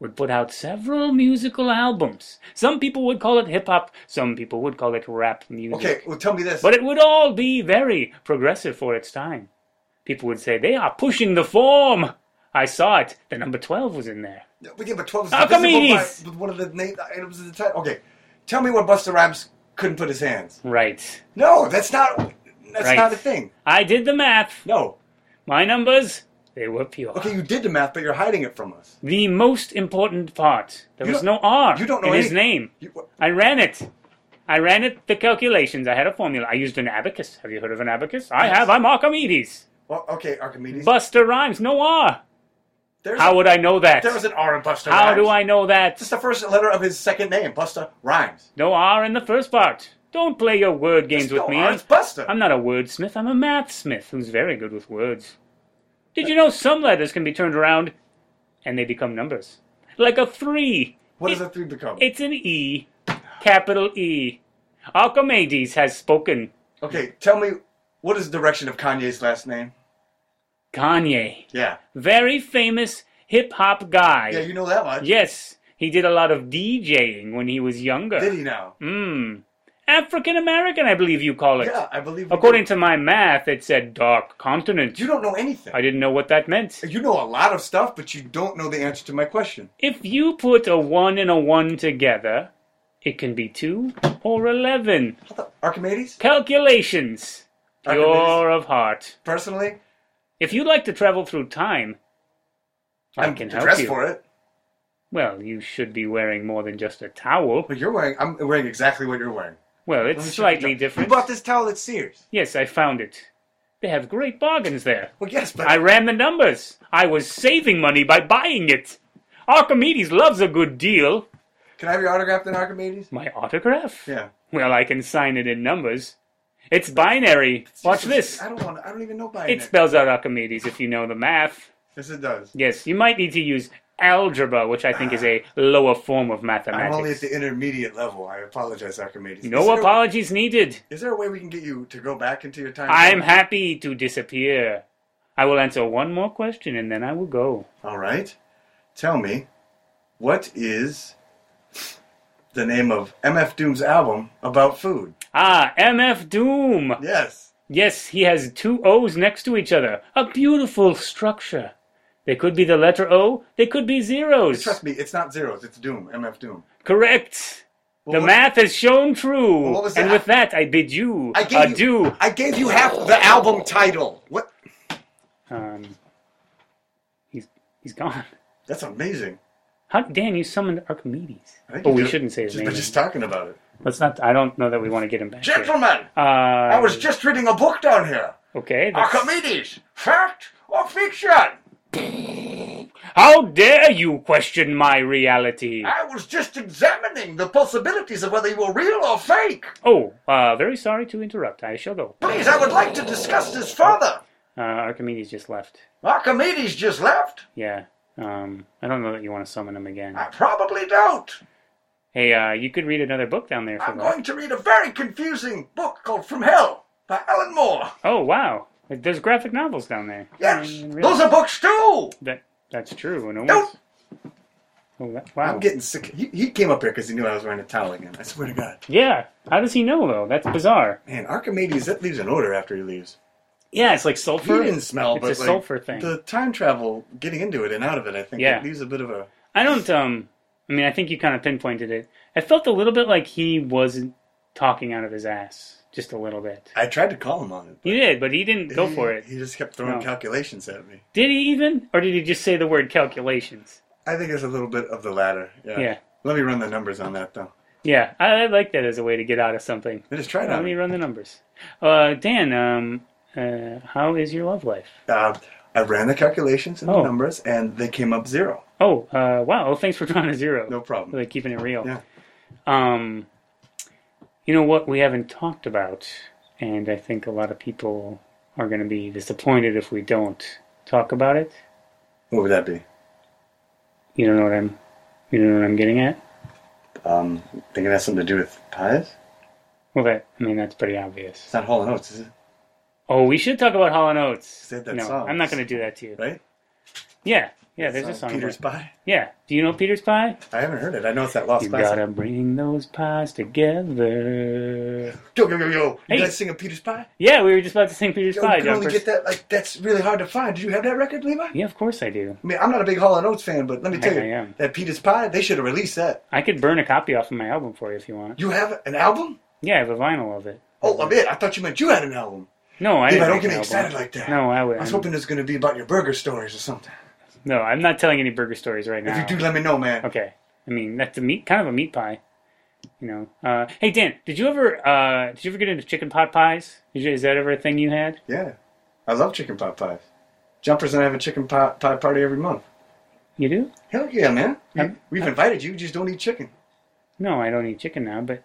Speaker 1: would put out several musical albums. Some people would call it hip hop, some people would call it rap music.
Speaker 2: Okay, well tell me this.
Speaker 1: But it would all be very progressive for its time. People would say, they are pushing the form. I saw it. The number 12 was in there.
Speaker 2: No, But yeah, but twelve is
Speaker 1: Archimedes.
Speaker 2: divisible by- with one of the name items in the title. Okay, tell me what Buster Rhymes couldn't put his hands.
Speaker 1: Right.
Speaker 2: No, that's not. That's
Speaker 1: Right.
Speaker 2: not a thing.
Speaker 1: I did the math.
Speaker 2: No.
Speaker 1: My numbers, they were pure.
Speaker 2: Okay, you did the math, but you're hiding it from us.
Speaker 1: The most important part. There
Speaker 2: You
Speaker 1: was
Speaker 2: don't-
Speaker 1: no R
Speaker 2: you don't know
Speaker 1: in his
Speaker 2: any-
Speaker 1: name.
Speaker 2: You,
Speaker 1: I ran it. I ran it, the calculations. I had a formula. I used an abacus. Have you heard of an abacus? I have. I'm Archimedes.
Speaker 2: well, okay, Archimedes.
Speaker 1: Buster Rhymes. No R.
Speaker 2: there's
Speaker 1: How
Speaker 2: a-
Speaker 1: would I know that?
Speaker 2: There was an R in Buster
Speaker 1: How
Speaker 2: Rhymes.
Speaker 1: do I know that?
Speaker 2: It's the first letter of his second name, Busta Rhymes.
Speaker 1: No R in the first part. Don't play your word games with
Speaker 2: no
Speaker 1: me.
Speaker 2: R, it's Busta.
Speaker 1: I'm not a wordsmith. I'm a mathsmith who's very good with words. Did you know some letters can be turned around and they become numbers? Like a three.
Speaker 2: What does
Speaker 1: It-
Speaker 2: a three become?
Speaker 1: It's an E, capital E. Archimedes has spoken.
Speaker 2: okay, tell me, what is the direction of Kanye's last name?
Speaker 1: Kanye,
Speaker 2: Yeah.
Speaker 1: very famous hip hop guy.
Speaker 2: Yeah, you know that one.
Speaker 1: yes, He did a lot of DJing when he was younger.
Speaker 2: Did he now?
Speaker 1: Mm. African American, I believe you call it.
Speaker 2: Yeah, I believe. we
Speaker 1: According
Speaker 2: did.
Speaker 1: to my math, it said dark continent.
Speaker 2: you, don't know anything.
Speaker 1: I didn't know what that meant.
Speaker 2: you know a lot of stuff, but you don't know the answer to my question.
Speaker 1: If you put a 1 and a 1 together, it can be 2 or 11.
Speaker 2: How the- Archimedes,
Speaker 1: Calculations.
Speaker 2: Archimedes.
Speaker 1: Pure of heart.
Speaker 2: personally,
Speaker 1: If you'd like to travel through time, I
Speaker 2: am
Speaker 1: can help
Speaker 2: dressed
Speaker 1: you.
Speaker 2: for it.
Speaker 1: Well, you should be wearing more than just a towel.
Speaker 2: But you're wearing. I'm wearing exactly what you're wearing.
Speaker 1: Well,
Speaker 2: Let
Speaker 1: it's
Speaker 2: me check
Speaker 1: slightly
Speaker 2: the towel.
Speaker 1: different.
Speaker 2: You bought this towel at Sears.
Speaker 1: Yes, I found it. They have great bargains there.
Speaker 2: Well, yes, but
Speaker 1: I ran the numbers. I was saving money by buying it. Archimedes loves a good deal.
Speaker 2: can I have your autograph then, Archimedes?
Speaker 1: My autograph?
Speaker 2: Yeah.
Speaker 1: Well, I can sign it in numbers. It's binary. Watch this.
Speaker 2: I don't want. I don't even know by
Speaker 1: It
Speaker 2: it.
Speaker 1: spells out Archimedes if you know the math.
Speaker 2: Yes, it does.
Speaker 1: Yes, you might need to use algebra, which I think is a lower form of
Speaker 2: I'm
Speaker 1: mathematics.
Speaker 2: only at the intermediate level. I apologize, Archimedes. Is
Speaker 1: no
Speaker 2: there-
Speaker 1: apologies needed.
Speaker 2: Is there a way we can get you to go back into your time?
Speaker 1: I'm
Speaker 2: zone?
Speaker 1: happy to disappear. I will answer one more question and then I will go.
Speaker 2: All right. Tell me, what is the name of MF Doom's album about food?
Speaker 1: Ah, MF Doom!
Speaker 2: Yes.
Speaker 1: Yes, he has two O's next to each other. A beautiful structure. They could be the letter O, they could be zeros.
Speaker 2: Trust me, it's not zeros. It's Doom. MF Doom.
Speaker 1: Correct. the
Speaker 2: what-
Speaker 1: math has shown true.
Speaker 2: what was
Speaker 1: and
Speaker 2: that?
Speaker 1: with that, I bid you
Speaker 2: I gave
Speaker 1: adieu.
Speaker 2: you. I gave you half the album title. What?
Speaker 1: Um, he's, he's gone.
Speaker 2: That's amazing.
Speaker 1: How, Dan, you summoned Archimedes.
Speaker 2: I think
Speaker 1: But
Speaker 2: you
Speaker 1: we
Speaker 2: did it
Speaker 1: shouldn't say his
Speaker 2: just
Speaker 1: name.
Speaker 2: By just talking about it.
Speaker 1: Let's not. I don't know that we want to get him back. here.
Speaker 3: Gentlemen,
Speaker 1: Uh,
Speaker 3: I was just reading a book down here.
Speaker 1: okay. that's-
Speaker 3: Archimedes, fact or fiction?
Speaker 1: How dare you question my reality?
Speaker 2: Ah.
Speaker 3: I was just examining the possibilities of whether you were real or fake.
Speaker 1: Oh, uh, very sorry to interrupt. I shall go.
Speaker 3: Please, I would like to discuss this further.
Speaker 1: Uh, Archimedes just left.
Speaker 3: Archimedes just left?
Speaker 1: Yeah. Um, I don't know that you want to summon him again.
Speaker 3: I probably don't.
Speaker 1: Hey, uh, you could read another book down there for
Speaker 3: I'm
Speaker 1: that.
Speaker 3: going to read a very confusing book called From Hell by Alan Moore.
Speaker 1: Oh wow, there's graphic novels down there. I
Speaker 3: Yes,
Speaker 1: didn't even realize
Speaker 3: those are books too.
Speaker 1: that that's true. And it
Speaker 3: Don't-
Speaker 1: was- Oh, that, wow.
Speaker 2: I'm getting sick. He, he came up here because he knew I was wearing a towel again. I swear to God.
Speaker 1: yeah. How does he know though? That's bizarre.
Speaker 2: Man, Archimedes, that leaves an odor after he leaves.
Speaker 1: Yeah, it's like
Speaker 2: He
Speaker 1: sulfur.
Speaker 2: didn't smell,
Speaker 1: it's
Speaker 2: but
Speaker 1: a
Speaker 2: like,
Speaker 1: sulfur thing.
Speaker 2: The time travel, getting into it and out of it, I think
Speaker 1: Yeah.
Speaker 2: it leaves a bit of a.
Speaker 1: I don't. Um, I mean, I think you kind of pinpointed it. I felt a little bit like he wasn't talking out of his ass, just a little bit.
Speaker 2: I tried to call him on it.
Speaker 1: He did, but he didn't go
Speaker 2: He-
Speaker 1: for it.
Speaker 2: He just kept throwing
Speaker 1: No.
Speaker 2: calculations at me.
Speaker 1: Did he even, or did he just say the word calculations?
Speaker 2: I think it's a little bit of the latter. Yeah.
Speaker 1: Yeah.
Speaker 2: Let me run the numbers on that though.
Speaker 1: Yeah, I, I like that as a way to get out of something.
Speaker 2: I just tried
Speaker 1: Let
Speaker 2: on.
Speaker 1: me
Speaker 2: it.
Speaker 1: run the numbers. Uh, Dan, um, uh, how is your love life?
Speaker 2: Uh, I ran the calculations and
Speaker 1: Oh.
Speaker 2: the numbers, and they came up zero.
Speaker 1: Oh, uh, wow. Well, thanks for [LAUGHS] drawing a zero.
Speaker 2: No problem.
Speaker 1: Really keeping it real.
Speaker 2: Yeah.
Speaker 1: Um, you know what we haven't talked about, and I think a lot of people are going to be disappointed if we don't talk about it.
Speaker 2: What would that be?
Speaker 1: You don't know what I'm, you don't know what I'm getting at.
Speaker 2: Um, think it has something to do with pies?
Speaker 1: Well, that I mean that's pretty obvious.
Speaker 2: It's not Hall and Oates, is it?
Speaker 1: Oh, we should talk about Hall and Oates.
Speaker 2: Said that
Speaker 1: no,
Speaker 2: song.
Speaker 1: I'm not going to do that to you.
Speaker 2: Right?
Speaker 1: Yeah, yeah. There's a
Speaker 2: It's on
Speaker 1: song.
Speaker 2: Peter's
Speaker 1: about-
Speaker 2: pie.
Speaker 1: Yeah. Do you know Peter's Pie?
Speaker 2: I haven't heard it. I know it's that lost
Speaker 1: You
Speaker 2: classic.
Speaker 1: gotta bring those pies together.
Speaker 2: Yo yo yo yo!
Speaker 1: Hey.
Speaker 2: You guys sing a Peter's pie?
Speaker 1: Yeah, we were just about to sing Peter's
Speaker 2: Yo,
Speaker 1: Pie.
Speaker 2: you can only
Speaker 1: Jumpers.
Speaker 2: get that. Like that's really hard to find. Did you have that record, Levi?
Speaker 1: Yeah, of course I do.
Speaker 2: I mean, I'm not a big Hall and Oates fan, but let me tell
Speaker 1: I
Speaker 2: you,
Speaker 1: am.
Speaker 2: that Peter's pie, they should have released that.
Speaker 1: I could burn a copy off of my album for you if you want.
Speaker 2: You have an album?
Speaker 1: Yeah, I have a vinyl of it.
Speaker 2: Oh, I mean, I thought you meant you had an album.
Speaker 1: No, I
Speaker 2: Levi,
Speaker 1: didn't.
Speaker 2: don't
Speaker 1: make
Speaker 2: get
Speaker 1: an
Speaker 2: me
Speaker 1: album.
Speaker 2: excited like that.
Speaker 1: No, I
Speaker 2: I
Speaker 1: would.
Speaker 2: was
Speaker 1: I'm-
Speaker 2: hoping it was going to be about your burger stories or something.
Speaker 1: No, I'm not telling any burger stories right
Speaker 2: If
Speaker 1: now.
Speaker 2: you do, let me know, man.
Speaker 1: Okay. I mean, that's a meat, kind of a meat pie. You know. Uh, hey Dan, did you ever uh, did you ever get into chicken pot pies? Did you, is that ever a thing you had?
Speaker 2: Yeah, I love chicken pot pies. Jumpers and I have a chicken pot pie party every month.
Speaker 1: You do?
Speaker 2: Hell yeah, man. We,
Speaker 1: Um,
Speaker 2: we've invited you. You just don't eat chicken.
Speaker 1: No, I don't eat chicken now. But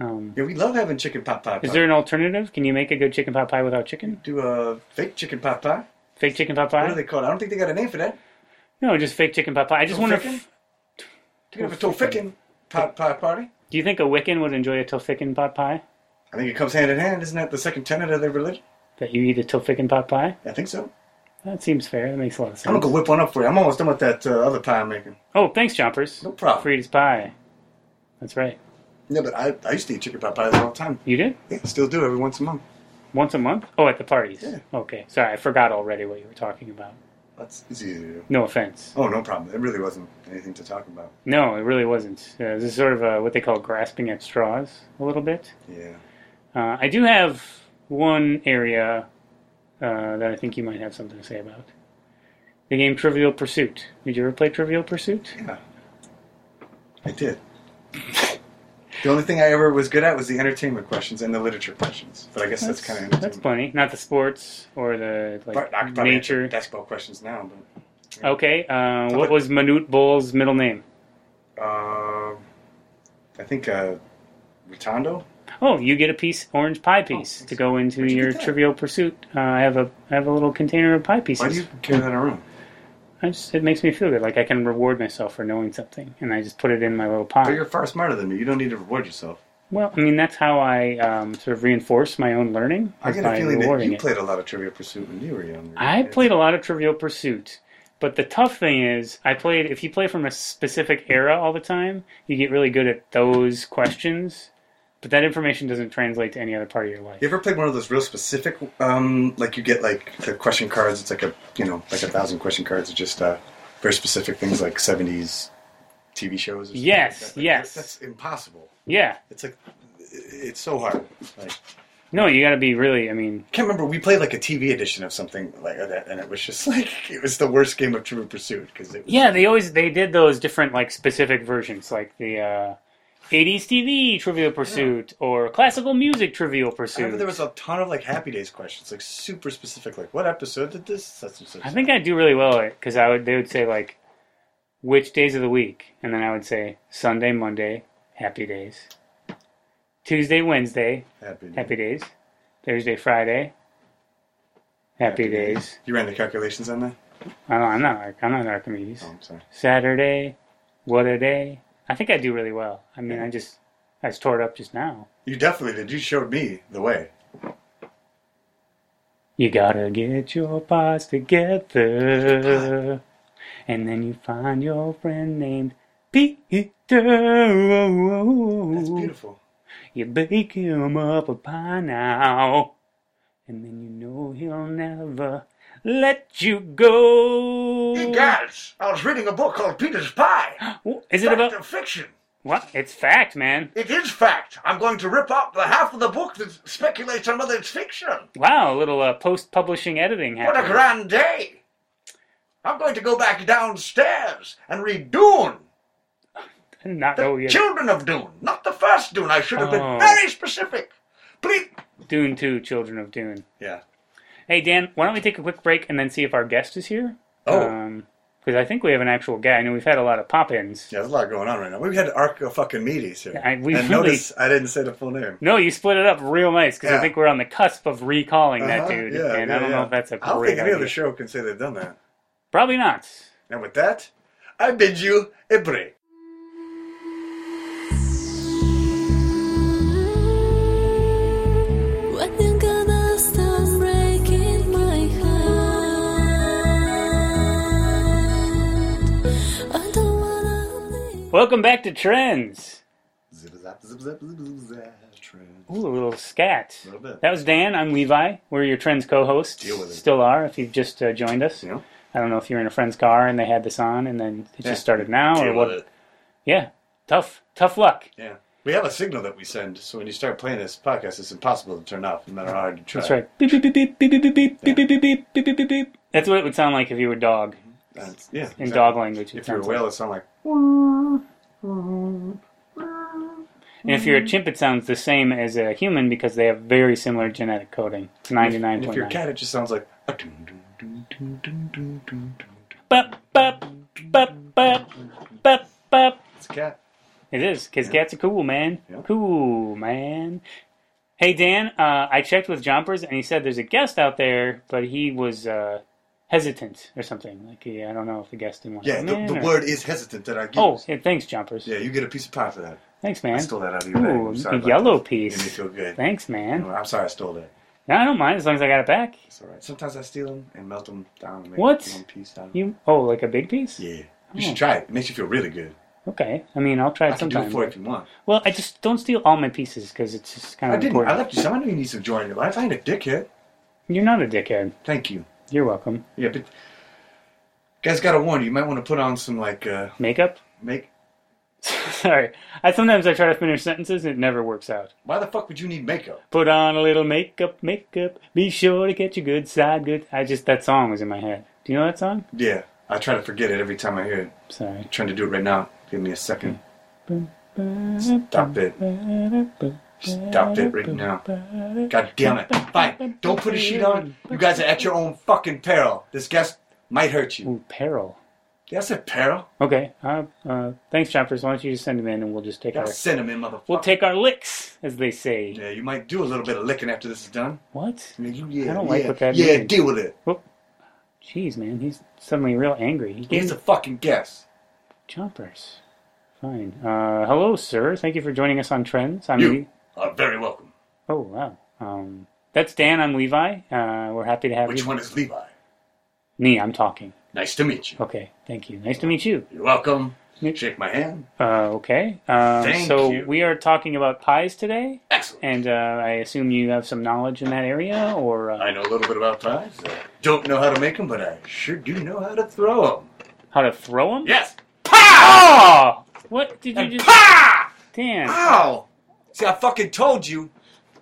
Speaker 1: um,
Speaker 2: Yeah, we love having chicken pot pie.
Speaker 1: is
Speaker 2: party.
Speaker 1: there an alternative? Can you make a good chicken pot pie without chicken?
Speaker 2: do a fake chicken pot pie?
Speaker 1: Fake chicken pot
Speaker 2: What are
Speaker 1: pie?
Speaker 2: they called? I don't think they got a name for that.
Speaker 1: No, just fake chicken pot pie. I just wonder. If,
Speaker 2: You
Speaker 1: Oh,
Speaker 2: can have a Tolfikin pot pie party.
Speaker 1: do you think a Wiccan would enjoy a Toffikin pot pie?
Speaker 2: I think it comes hand in hand. Isn't that the second tenet of their religion?
Speaker 1: That you eat a Toffikin pot pie?
Speaker 2: I think so.
Speaker 1: That seems fair. That makes a lot of
Speaker 2: I'm gonna
Speaker 1: sense.
Speaker 2: go whip one up for you. I'm almost done with that uh, other pie I'm making.
Speaker 1: Oh, thanks, Chompers.
Speaker 2: No problem.
Speaker 1: Frida's pie. That's right.
Speaker 2: Yeah, but I, I used to eat chicken pot pies all the time.
Speaker 1: You did?
Speaker 2: Yeah, still do every once a month.
Speaker 1: Once a month? Oh, at the parties.
Speaker 2: Yeah.
Speaker 1: Okay. Sorry, I forgot already what you were talking about.
Speaker 2: That's it's easy to do.
Speaker 1: No offense.
Speaker 2: Oh, no problem. It really wasn't anything to talk about.
Speaker 1: No, it really wasn't. Uh, this is sort of uh what they call grasping at straws a little bit.
Speaker 2: Yeah.
Speaker 1: Uh, I do have one area uh, that I think you might have something to say about. The game Trivial Pursuit. Did you ever play Trivial Pursuit?
Speaker 2: Yeah. I did. the only thing I ever was good at was the entertainment questions and the literature questions. But I guess that's, kind of
Speaker 1: that's
Speaker 2: entertainment.
Speaker 1: funny. Not the sports or the
Speaker 2: But I
Speaker 1: like
Speaker 2: could probably answer
Speaker 1: nature.
Speaker 2: basketball questions now, but
Speaker 1: Okay. Uh,
Speaker 2: like-
Speaker 1: what was Manute Bull's middle name?
Speaker 2: uh, I think uh, Rotondo.
Speaker 1: Oh, you get a piece, orange pie piece, to go into
Speaker 2: Oh, Where'd you
Speaker 1: your
Speaker 2: get that?
Speaker 1: Trivial Pursuit. Uh, I have a I have a little container of pie
Speaker 2: Why do
Speaker 1: pieces.
Speaker 2: you carry that around?
Speaker 1: I just, it makes me feel good, like I can reward myself for knowing something, and I just put it in my little pie.
Speaker 2: But you're far smarter than me. You don't need to reward yourself.
Speaker 1: Well, I mean, that's how I um, sort of reinforce my own learning.
Speaker 2: I
Speaker 1: is
Speaker 2: get a
Speaker 1: by
Speaker 2: feeling that
Speaker 1: rewarding
Speaker 2: you
Speaker 1: it.
Speaker 2: played a lot of Trivia Pursuit when you were younger.
Speaker 1: I
Speaker 2: It's-
Speaker 1: played a lot of Trivial Pursuit, but the tough thing is, I played. If you play from a specific era all the time, you get really good at those questions, but that information doesn't translate to any other part of your life.
Speaker 2: You ever played one of those real specific, um, like you get like the question cards? It's like a you know like a thousand question cards. It's just uh, very specific things like seventies TV shows. Or something
Speaker 1: Yes,
Speaker 2: like that. Like,
Speaker 1: yes.
Speaker 2: That's impossible.
Speaker 1: Yeah,
Speaker 2: It's like it's so hard. Like I
Speaker 1: no, you got to be really. I mean,
Speaker 2: can't remember. We played like a TV edition of something like that, and it was just [LAUGHS] like it was the worst game of True Pursuit because it was
Speaker 1: yeah, they always they did those different like specific versions, like the. Uh, 80s TV Trivial Pursuit or classical music Trivial
Speaker 2: I remember
Speaker 1: Pursuit.
Speaker 2: there was a ton of like Happy Days questions, like super specific, like what episode did this such and such.
Speaker 1: I think I do really well at it because I would they would say like which days of the week, and then I would say Sunday, Monday, happy days, Tuesday, Wednesday,
Speaker 2: Happy. Days.
Speaker 1: happy days, Thursday, Friday, happy, days.
Speaker 2: You ran the calculations on that.
Speaker 1: I don't, I'm not like I'm not Archimedes.
Speaker 2: Oh, I'm sorry.
Speaker 1: Saturday, what a day! I think I do really well. I mean, I just I just tore it up just now.
Speaker 2: You definitely did. You showed me the way.
Speaker 1: You gotta get your
Speaker 3: [GASPS]
Speaker 1: paws together. And then you find your friend named Peter.
Speaker 2: That's
Speaker 1: Mm-hmm.
Speaker 2: beautiful.
Speaker 1: You bake him up a pie now. And then you know he'll never let you go.
Speaker 3: Hey, guys, I was reading a book called Peter's
Speaker 1: [GASPS]
Speaker 3: Pie.
Speaker 1: Oh, Is it
Speaker 3: Fact
Speaker 1: about.
Speaker 3: of fiction.
Speaker 1: What? It's fact, man.
Speaker 3: It is fact. I'm going to rip out the half of the book that speculates on whether it's fiction.
Speaker 1: Wow, a little uh, post publishing editing
Speaker 3: What a
Speaker 1: happened.
Speaker 3: grand day! I'm going to go back downstairs and read Dune.
Speaker 1: I did [LAUGHS] not know you had
Speaker 3: Children of Dune, not the first Dune. I should have
Speaker 1: Oh.
Speaker 3: been very specific. Please.
Speaker 1: Dune 2, Children of Dune.
Speaker 2: Yeah.
Speaker 1: Hey, Dan, why don't we take a quick break and then see if our guest is here?
Speaker 2: Oh.
Speaker 1: Uh, because Um, I think we have an actual guy. I know we've had a lot of pop ins.
Speaker 2: Yeah, there's a lot going on right now. We've had Arco fucking meetings here.
Speaker 1: I- we really-
Speaker 2: and notice I didn't say the full name.
Speaker 1: No, you split it up real nice because I
Speaker 2: Yeah.
Speaker 1: think we're on the cusp of recalling that
Speaker 2: Uh-huh,
Speaker 1: dude.
Speaker 2: yeah,
Speaker 1: and
Speaker 2: yeah,
Speaker 1: I don't know
Speaker 2: yeah.
Speaker 1: if that's a
Speaker 2: I don't
Speaker 1: great
Speaker 2: think any
Speaker 1: idea.
Speaker 2: other show can say they've done that.
Speaker 1: Probably not.
Speaker 2: And with that, I bid you a break.
Speaker 5: When you gonna stop breaking my heart? I don't wanna leave.
Speaker 1: Welcome back to Trends.
Speaker 2: Zip zap zip zap zip zap. Trend.
Speaker 1: Ooh, a little scat.
Speaker 2: Little bit.
Speaker 1: That was Dan. I'm Levi. We're your Trends co-hosts.
Speaker 2: Deal with it.
Speaker 1: Still are if you've just uh, joined us.
Speaker 2: Yeah.
Speaker 1: I don't know if you're in a friend's car and they had this on and then it
Speaker 2: Yeah.
Speaker 1: just started now
Speaker 2: Deal
Speaker 1: or
Speaker 2: with
Speaker 1: what.
Speaker 2: it.
Speaker 1: Yeah. Tough. Tough luck.
Speaker 2: Yeah. We have a signal that we send, so when you start playing this podcast, it's impossible to turn off, no matter how hard you try.
Speaker 1: That's right. Beep beep beep beep beep beep beep beep beep beep beep beep beep beep beep beep. That's what it would sound like if you were a dog
Speaker 2: And it's- yeah.
Speaker 1: in
Speaker 2: exactly.
Speaker 1: dog language. It
Speaker 2: If you're a
Speaker 1: sounds like-
Speaker 2: whale, it sounds like.
Speaker 1: And if you're a chimp, it sounds the same as a human because they have very similar genetic coding. It's ninety nine
Speaker 2: And if
Speaker 1: point
Speaker 2: you're a
Speaker 1: nine.
Speaker 2: cat, it just sounds like. a dun dun dun dun dun dun dun dun.
Speaker 1: Bup bup bup bup bup bup.
Speaker 2: It's a cat.
Speaker 1: It is because cats are cool, man.
Speaker 2: Yeah.
Speaker 1: Cool, man. Hey Dan, uh, I checked with Jumpers and he said there's a guest out there, but he was uh, hesitant or something. Like he, I don't know if the guest didn't want
Speaker 2: Yeah,
Speaker 1: to come
Speaker 2: the,
Speaker 1: in.
Speaker 2: the
Speaker 1: or-
Speaker 2: word is hesitant that I give.
Speaker 1: Oh, hey, thanks, Jumpers.
Speaker 2: Yeah, you get a piece of pie for that.
Speaker 1: Thanks, man.
Speaker 2: I stole that out of your bag.
Speaker 1: Ooh,
Speaker 2: I'm sorry
Speaker 1: a
Speaker 2: about
Speaker 1: yellow
Speaker 2: that.
Speaker 1: piece.
Speaker 2: Made me feel good.
Speaker 1: Thanks, man.
Speaker 2: I'm sorry I stole that.
Speaker 1: No, I don't mind as long as I got it back.
Speaker 2: It's all right. Sometimes I steal them and melt them down and make
Speaker 1: What?
Speaker 2: one piece out of 'em.
Speaker 1: You oh, like a big piece?
Speaker 2: Yeah. You should try it. It makes you feel really good.
Speaker 1: Okay. I mean, I'll try
Speaker 2: I
Speaker 1: it
Speaker 2: can do
Speaker 1: sometime.
Speaker 2: it for you if you want.
Speaker 1: Well, I just don't steal all my pieces because it's just kind
Speaker 2: I
Speaker 1: of
Speaker 2: didn't.
Speaker 1: important.
Speaker 2: I left you some. I know you need some joy in your life. I ain't a dickhead.
Speaker 1: You're not a dickhead.
Speaker 2: Thank you.
Speaker 1: You're welcome.
Speaker 2: Yeah, but guys, gotta warn you. You might want to put on some like uh
Speaker 1: Makeup. [LAUGHS]
Speaker 2: make.
Speaker 1: Sorry. I sometimes I try to finish sentences and it never works out.
Speaker 2: Why the fuck would you need makeup?
Speaker 1: Put on a little makeup, makeup. Be sure to get your good side, good. I just that song was in my head. Do you know that song?
Speaker 2: Yeah, I try to forget it every time I hear it.
Speaker 1: Sorry.
Speaker 2: trying to do it right now. Give me a second. Stop it. Stop it right now. God damn it. Fine. Don't put a sheet on. You guys are at your own fucking peril. This guest might hurt you.
Speaker 1: Ooh, peril.
Speaker 2: Yeah, I said peril.
Speaker 1: Okay. Uh, uh, thanks, Choppers. Why don't you just send them in and we'll just take
Speaker 2: Yeah,
Speaker 1: our
Speaker 2: cinnamon, motherfucker.
Speaker 1: we'll take our licks, as they say.
Speaker 2: Yeah, you might do a little bit of licking after this is done.
Speaker 1: What?
Speaker 2: Yeah, you- yeah,
Speaker 1: I don't like
Speaker 2: yeah,
Speaker 1: what that
Speaker 2: Yeah,
Speaker 1: means.
Speaker 2: deal with it.
Speaker 1: Jeez, man, he's suddenly real angry. He gave
Speaker 2: He's a fucking guest.
Speaker 1: Choppers. Fine. Uh, hello, sir. Thank you for joining us on Trends. I'm
Speaker 2: You are Uh, very welcome.
Speaker 1: Oh wow. Um, that's Dan. I'm Levi. Uh, we're happy to have
Speaker 2: Which
Speaker 1: you.
Speaker 2: one is Levi?
Speaker 1: Me. I'm talking.
Speaker 2: Nice to meet you.
Speaker 1: Okay. Thank you. Nice to meet you.
Speaker 2: You're welcome.
Speaker 1: Nick-
Speaker 2: Shake my hand.
Speaker 1: Uh, okay. Um,
Speaker 2: Thank
Speaker 1: so
Speaker 2: you.
Speaker 1: we are talking about pies today,
Speaker 2: Excellent.
Speaker 1: and uh, I assume you have some knowledge in that area, or uh,
Speaker 2: I know a little bit about pies. I don't know how to make them, but I sure do know how to throw them.
Speaker 1: how to throw them.
Speaker 2: Yes.
Speaker 1: Oh! What did you
Speaker 2: [LAUGHS]
Speaker 1: just?
Speaker 2: Pa!
Speaker 1: Dan.
Speaker 2: Ow! See, I fucking told you.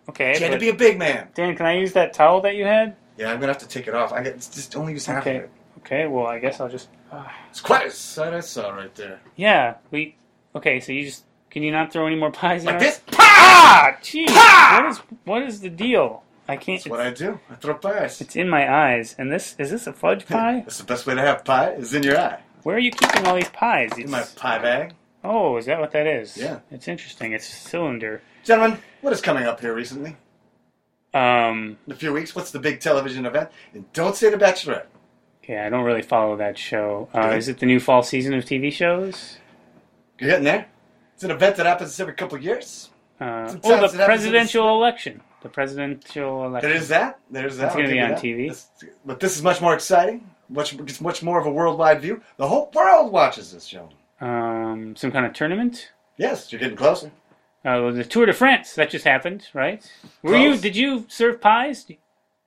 Speaker 1: Okay.
Speaker 2: You had to
Speaker 1: but-
Speaker 2: be a big man.
Speaker 1: Dan, can I use that towel that you had?
Speaker 2: Yeah, I'm gonna have to take it off. I got just only use half
Speaker 1: Okay.
Speaker 2: of it.
Speaker 1: Okay. Well, I guess I'll just.
Speaker 2: It's quite a sight I saw right there.
Speaker 1: Yeah. We. Okay. So you just. Can you not throw any more pies? in
Speaker 2: Like
Speaker 1: our-
Speaker 2: this. Pa!
Speaker 1: Ah, jeez.
Speaker 2: Ha!
Speaker 1: What is what is the deal? I can't.
Speaker 2: That's what I do. I throw pies.
Speaker 1: It's in my eyes. And this is this a
Speaker 2: [LAUGHS]
Speaker 1: fudge pie?
Speaker 2: That's the best way to have pie is in your eye.
Speaker 1: Where are you keeping all these pies?
Speaker 2: In
Speaker 1: It's-
Speaker 2: my pie bag.
Speaker 1: Oh, is that what that is?
Speaker 2: Yeah.
Speaker 1: It's interesting. It's a cylinder.
Speaker 2: Gentlemen, what is coming up here recently?
Speaker 1: Um.
Speaker 2: In a few weeks, what's the big television event? And don't say The Bachelorette.
Speaker 1: Okay, I don't really follow that show. Uh,
Speaker 2: Okay.
Speaker 1: is it the new fall season of TV shows?
Speaker 2: You getting there? It's an event that happens every couple of years.
Speaker 1: Uh,
Speaker 2: Sometimes it
Speaker 1: oh,
Speaker 2: happens
Speaker 1: the
Speaker 2: in the-
Speaker 1: presidential election. The presidential election.
Speaker 2: There is that. There's that.
Speaker 1: It's gonna
Speaker 2: I'll
Speaker 1: be
Speaker 2: give you
Speaker 1: on
Speaker 2: that.
Speaker 1: TV.
Speaker 2: This- but this is much more exciting. Much, it's much more of a worldwide view. The whole world watches this, gentlemen.
Speaker 1: um, some kind of tournament.
Speaker 2: Yes, you're getting closer.
Speaker 1: Uh, the Tour de France that just happened, right? Were you?
Speaker 2: Close.
Speaker 1: Did you serve pies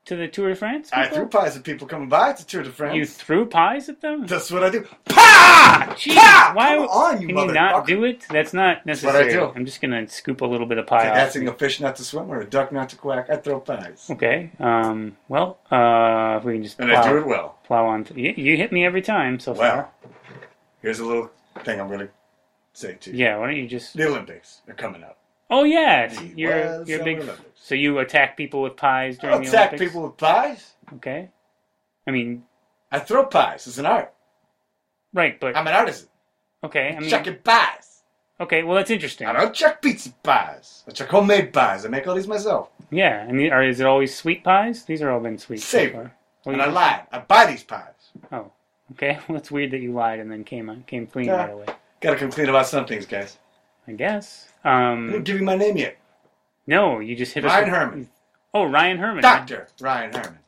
Speaker 1: to the Tour de France?
Speaker 2: I
Speaker 1: people?
Speaker 2: threw pies at people coming by. It's a tour de France.
Speaker 1: You threw pies at them?
Speaker 2: That's what I do. Pa!
Speaker 1: Jeez,
Speaker 2: Pa!
Speaker 1: why
Speaker 2: Come on, you
Speaker 1: can you not
Speaker 2: motherfucker.
Speaker 1: do it? That's not
Speaker 2: what I
Speaker 1: necessary.
Speaker 2: do.
Speaker 1: I'm just gonna scoop a little bit of pie
Speaker 2: Like
Speaker 1: off.
Speaker 2: asking a fish not to swim or a duck not to quack. I
Speaker 1: [LAUGHS]
Speaker 2: throw pies.
Speaker 1: Okay. Um, well, uh, if we can just
Speaker 2: And I do it
Speaker 1: plow,
Speaker 2: well.
Speaker 1: plow on. Th- you, you hit me every time so
Speaker 2: Well,
Speaker 1: far.
Speaker 2: here's a little thing I'm going to say to you.
Speaker 1: Yeah. Why don't you just?
Speaker 2: The Olympics are coming up.
Speaker 1: Oh yes,
Speaker 2: He
Speaker 1: you're
Speaker 2: was
Speaker 1: you're a
Speaker 2: an
Speaker 1: big.
Speaker 2: Olympic.
Speaker 1: So you attack people with pies
Speaker 2: I
Speaker 1: during
Speaker 2: don't
Speaker 1: the
Speaker 2: attack
Speaker 1: Olympics.
Speaker 2: people with pies.
Speaker 1: Okay. I mean,
Speaker 2: I throw pies. It's an art.
Speaker 1: right, but
Speaker 2: I'm an artisan.
Speaker 1: okay. I mean,
Speaker 2: Chucking pies.
Speaker 1: okay. Well, that's interesting.
Speaker 2: I don't chuck pizza pies. I chuck homemade pies. I make all these myself.
Speaker 1: Yeah. And the, are, is it always sweet pies? These are all been sweet. So
Speaker 2: Savory.
Speaker 1: far. Well,
Speaker 2: And I
Speaker 1: you-
Speaker 2: lied. I buy these pies.
Speaker 1: Oh, okay. [LAUGHS] Well, it's weird that you lied and then came on, came clean
Speaker 2: Yeah.
Speaker 1: right away.
Speaker 2: Gotta come clean about some things, guys.
Speaker 1: I guess.
Speaker 2: I didn't
Speaker 1: Um,
Speaker 2: give you my name yet.
Speaker 1: no, you just hit us
Speaker 2: Ryan
Speaker 1: with-
Speaker 2: Herman.
Speaker 1: Oh, Ryan Herman.
Speaker 2: Dr. Ryan Herman.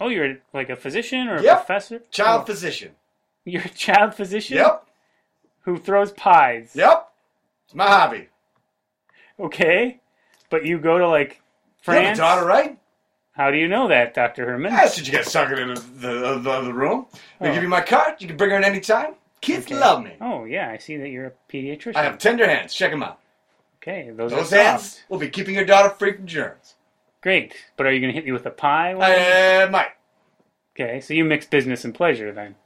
Speaker 1: Oh, you're like a physician or a
Speaker 2: Yep.
Speaker 1: professor?
Speaker 2: Child
Speaker 1: Oh,
Speaker 2: physician.
Speaker 1: you're a child physician.
Speaker 2: Yep.
Speaker 1: Who throws pies?
Speaker 2: Yep. It's my hobby.
Speaker 1: Okay, but you go to like
Speaker 2: You have
Speaker 1: France.
Speaker 2: a daughter, right?
Speaker 1: How do you know that, Doctor Herman?
Speaker 2: That's what Ah, you get sucking in the, the, the other room. They
Speaker 1: Oh.
Speaker 2: give you my card. You can bring her in any time. Kids love me.
Speaker 1: Oh yeah, I see that you're a pediatrician.
Speaker 2: I have tender hands. Check them out.
Speaker 1: okay, those,
Speaker 2: Those
Speaker 1: are
Speaker 2: hands
Speaker 1: soft.
Speaker 2: will be keeping your daughter free from germs.
Speaker 1: Great, but are you going to hit me with a pie? one day?
Speaker 2: I uh, might.
Speaker 1: okay, so you mix business and pleasure then.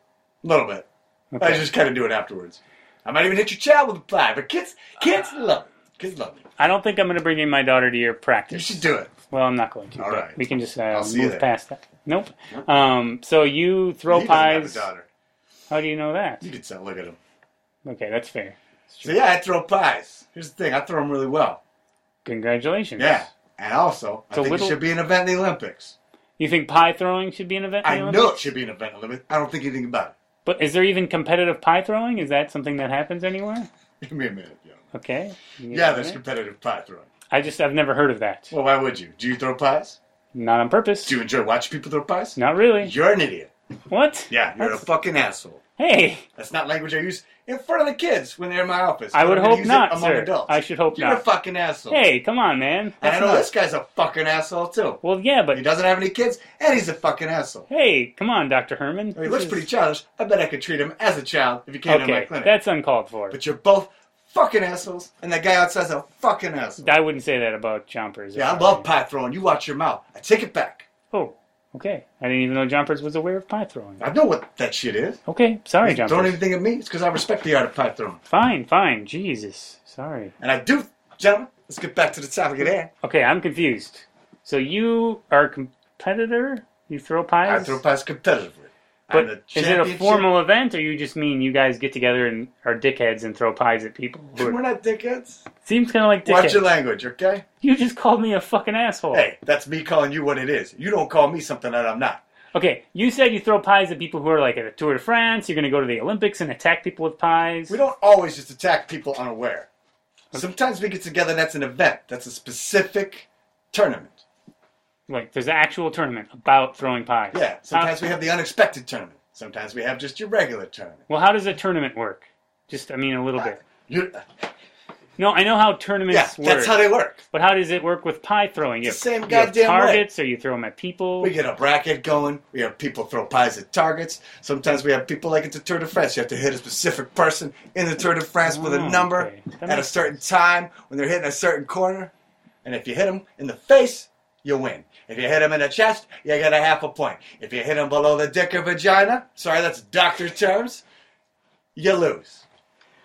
Speaker 2: A little bit.
Speaker 1: Okay.
Speaker 2: I just kind of do it afterwards. I might even hit your child with a pie. But kids, kids
Speaker 1: Ah.
Speaker 2: love it. Kids love it.
Speaker 1: I don't think I'm going to bring in my daughter to your
Speaker 2: You
Speaker 1: practice.
Speaker 2: should do it.
Speaker 1: Well, I'm not going to.
Speaker 2: All
Speaker 1: but
Speaker 2: right.
Speaker 1: We can just uh,
Speaker 2: see you
Speaker 1: move
Speaker 2: there.
Speaker 1: past that. Nope. Um, so you throw
Speaker 2: He doesn't have a
Speaker 1: pies.
Speaker 2: daughter.
Speaker 1: How do you know that?
Speaker 2: You can tell. Look at him.
Speaker 1: Okay, that's fair.
Speaker 2: So yeah, I throw pies. Here's the thing. I throw them really well.
Speaker 1: Congratulations.
Speaker 2: Yeah. And also, I
Speaker 1: So
Speaker 2: think
Speaker 1: little-
Speaker 2: it should be an event in the Olympics.
Speaker 1: You think pie throwing should be an event? in the
Speaker 2: I
Speaker 1: Olympics?
Speaker 2: know it should be an event in the Olympics. I don't think anything about
Speaker 1: But is there even competitive pie throwing? Is that something that happens anywhere?
Speaker 2: it. [LAUGHS] Give me a minute, yo.
Speaker 1: Okay. You
Speaker 2: Yeah,
Speaker 1: know
Speaker 2: there's
Speaker 1: that?
Speaker 2: competitive pie throwing.
Speaker 1: I just I've never heard of that.
Speaker 2: Well, why would you? Do you throw pies?
Speaker 1: Not on purpose.
Speaker 2: Do you enjoy watching people throw pies?
Speaker 1: Not really.
Speaker 2: You're an idiot.
Speaker 1: What?
Speaker 2: Yeah, you're
Speaker 1: That's-
Speaker 2: a fucking asshole.
Speaker 1: Hey,
Speaker 2: That's not language I use in front of the kids when they're in my office.
Speaker 1: I
Speaker 2: I'm
Speaker 1: would
Speaker 2: gonna
Speaker 1: hope
Speaker 2: use it
Speaker 1: not,
Speaker 2: among
Speaker 1: sir.
Speaker 2: adults.
Speaker 1: I should hope
Speaker 2: You're a
Speaker 1: not.
Speaker 2: fucking asshole.
Speaker 1: Hey, come on, man.
Speaker 2: and I
Speaker 1: That's
Speaker 2: know
Speaker 1: not-
Speaker 2: this guy's a fucking asshole too.
Speaker 1: Well, yeah,
Speaker 2: He
Speaker 1: but
Speaker 2: doesn't have any kids, and he's a fucking asshole.
Speaker 1: hey, come on, Doctor Herman.
Speaker 2: He
Speaker 1: This
Speaker 2: looks
Speaker 1: is-
Speaker 2: pretty childish. I bet I could treat him as a child if you came to my
Speaker 1: Okay,
Speaker 2: clinic.
Speaker 1: that's uncalled for.
Speaker 2: But you're both fucking assholes, and that guy outside's a fucking asshole.
Speaker 1: I wouldn't say that about Jumpers.
Speaker 2: yeah, I love pie throwing. You watch your mouth. I take it back.
Speaker 1: Oh, okay. I didn't even know Jumpers was aware of pie throwing.
Speaker 2: I know what that shit is.
Speaker 1: Okay, sorry, Jumpers.
Speaker 2: Don't even think of me. It's because I respect the art of pie throwing.
Speaker 1: Fine, fine. Jesus, sorry.
Speaker 2: And I do, gentlemen. Let's get back to the topic at hand.
Speaker 1: Okay, I'm confused. So you are a competitor? You throw
Speaker 2: I
Speaker 1: pies?
Speaker 2: throw pies competitively.
Speaker 1: But
Speaker 2: I'm the
Speaker 1: is it a
Speaker 2: championship-
Speaker 1: formal event, or you just mean you guys get together and are dickheads and throw pies at people? who
Speaker 2: We're
Speaker 1: are-
Speaker 2: not dickheads.
Speaker 1: seems kind of like
Speaker 2: Watch your
Speaker 1: dickheads.
Speaker 2: language, okay?
Speaker 1: You just called me a fucking asshole.
Speaker 2: Hey, that's me calling you what it is. You don't call me something that I'm not.
Speaker 1: Okay, you said you throw pies at people who are like at a Tour de France. You're going to go to the Olympics and attack people with pies.
Speaker 2: We don't always just attack people unaware. Sometimes we get together and that's an event. That's a specific tournament.
Speaker 1: Like, there's an actual tournament about throwing pies.
Speaker 2: Yeah,
Speaker 1: How-
Speaker 2: sometimes we have the unexpected tournament. Sometimes we have just your regular tournament.
Speaker 1: Well, how does a tournament work? Just, I mean, a little bit.
Speaker 2: you
Speaker 1: No, I know how
Speaker 2: yeah,
Speaker 1: tournaments work.
Speaker 2: that's how they work.
Speaker 1: but how does it work with pie throwing? You
Speaker 2: It's the same
Speaker 1: you
Speaker 2: goddamn way.
Speaker 1: targets, or you throw them at people.
Speaker 2: We get a bracket going. We have people throw pies at targets. Sometimes we have people like at the Tour de France. You have to hit a specific person in the Tour de France with
Speaker 1: Oh,
Speaker 2: a number
Speaker 1: okay. That
Speaker 2: at a
Speaker 1: makes
Speaker 2: certain time when they're hitting a certain corner. And if you hit them in the face, you win. If you hit them in the chest, you get a half a point. If you hit them below the dick or vagina, sorry, that's doctor terms, you lose.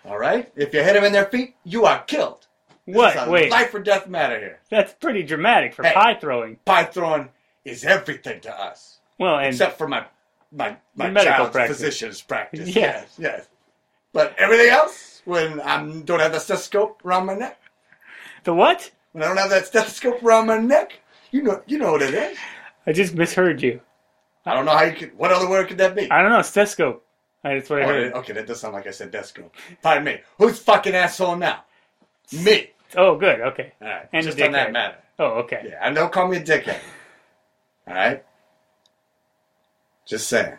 Speaker 2: All right? If you hit them in their feet, you are killed. This
Speaker 1: What?
Speaker 2: is a
Speaker 1: Wait.
Speaker 2: Life or death matter here.
Speaker 1: That's pretty dramatic for
Speaker 2: Hey.
Speaker 1: pie throwing.
Speaker 2: Pie throwing is everything to us.
Speaker 1: Well, and
Speaker 2: except for my my my
Speaker 1: Your medical
Speaker 2: child's
Speaker 1: practice.
Speaker 2: physician's practice.
Speaker 1: [LAUGHS] Yeah.
Speaker 2: Yes, yes. But everything else, when I don't have the stethoscope around my neck,
Speaker 1: the what?
Speaker 2: when I don't have that stethoscope around my neck, you know, you know what it is.
Speaker 1: I just misheard you.
Speaker 2: I don't know how you could. What other word could that be?
Speaker 1: I don't know, stethoscope. I- That's what I
Speaker 2: Or-
Speaker 1: heard.
Speaker 2: okay, that does sound like I said stethoscope. Pardon me. Who's fucking asshole now? Me.
Speaker 1: Oh, good. Okay.
Speaker 2: All right.
Speaker 1: And a
Speaker 2: just on that
Speaker 1: dickhead.
Speaker 2: matter.
Speaker 1: Oh, okay.
Speaker 2: Yeah, and don't call me a dickhead. All right. Just saying.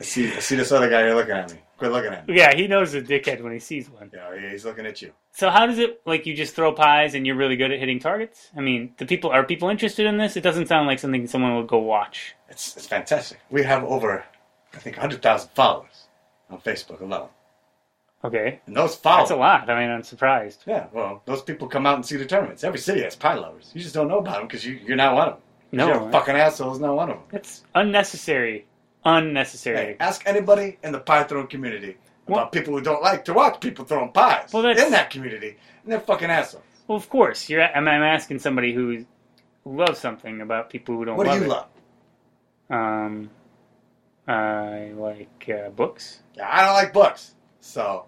Speaker 2: I see. I see this other guy here looking at me. Quit
Speaker 1: [LAUGHS]
Speaker 2: looking at me.
Speaker 1: Yeah, he knows a dickhead when he sees one.
Speaker 2: Yeah, yeah, he's looking at you.
Speaker 1: So how does it like you just throw pies and you're really good at hitting targets? I mean, the people are people interested in this? It doesn't sound like something someone would go watch.
Speaker 2: It's, it's fantastic. We have over, I think, 100,000 followers on Facebook alone.
Speaker 1: Okay.
Speaker 2: And those followers.
Speaker 1: That's a lot. I mean, I'm surprised.
Speaker 2: Yeah, well, those people come out and see the tournaments. Every city has pie lovers. You just don't know about them because you, you're not one of them.
Speaker 1: No,
Speaker 2: You're
Speaker 1: I-
Speaker 2: a fucking asshole is not one of them.
Speaker 1: That's unnecessary. Unnecessary.
Speaker 2: Hey, ask anybody in the pie throwing community about
Speaker 1: Well-
Speaker 2: people who don't like to watch people throwing pies
Speaker 1: Well, that's-
Speaker 2: in that community, and they're fucking assholes.
Speaker 1: Well, of course. You're. I'm, I'm asking somebody who loves something about people who don't
Speaker 2: What do
Speaker 1: love
Speaker 2: you
Speaker 1: it.
Speaker 2: love?
Speaker 1: Um, I like uh, books.
Speaker 2: Yeah, I don't like books. So,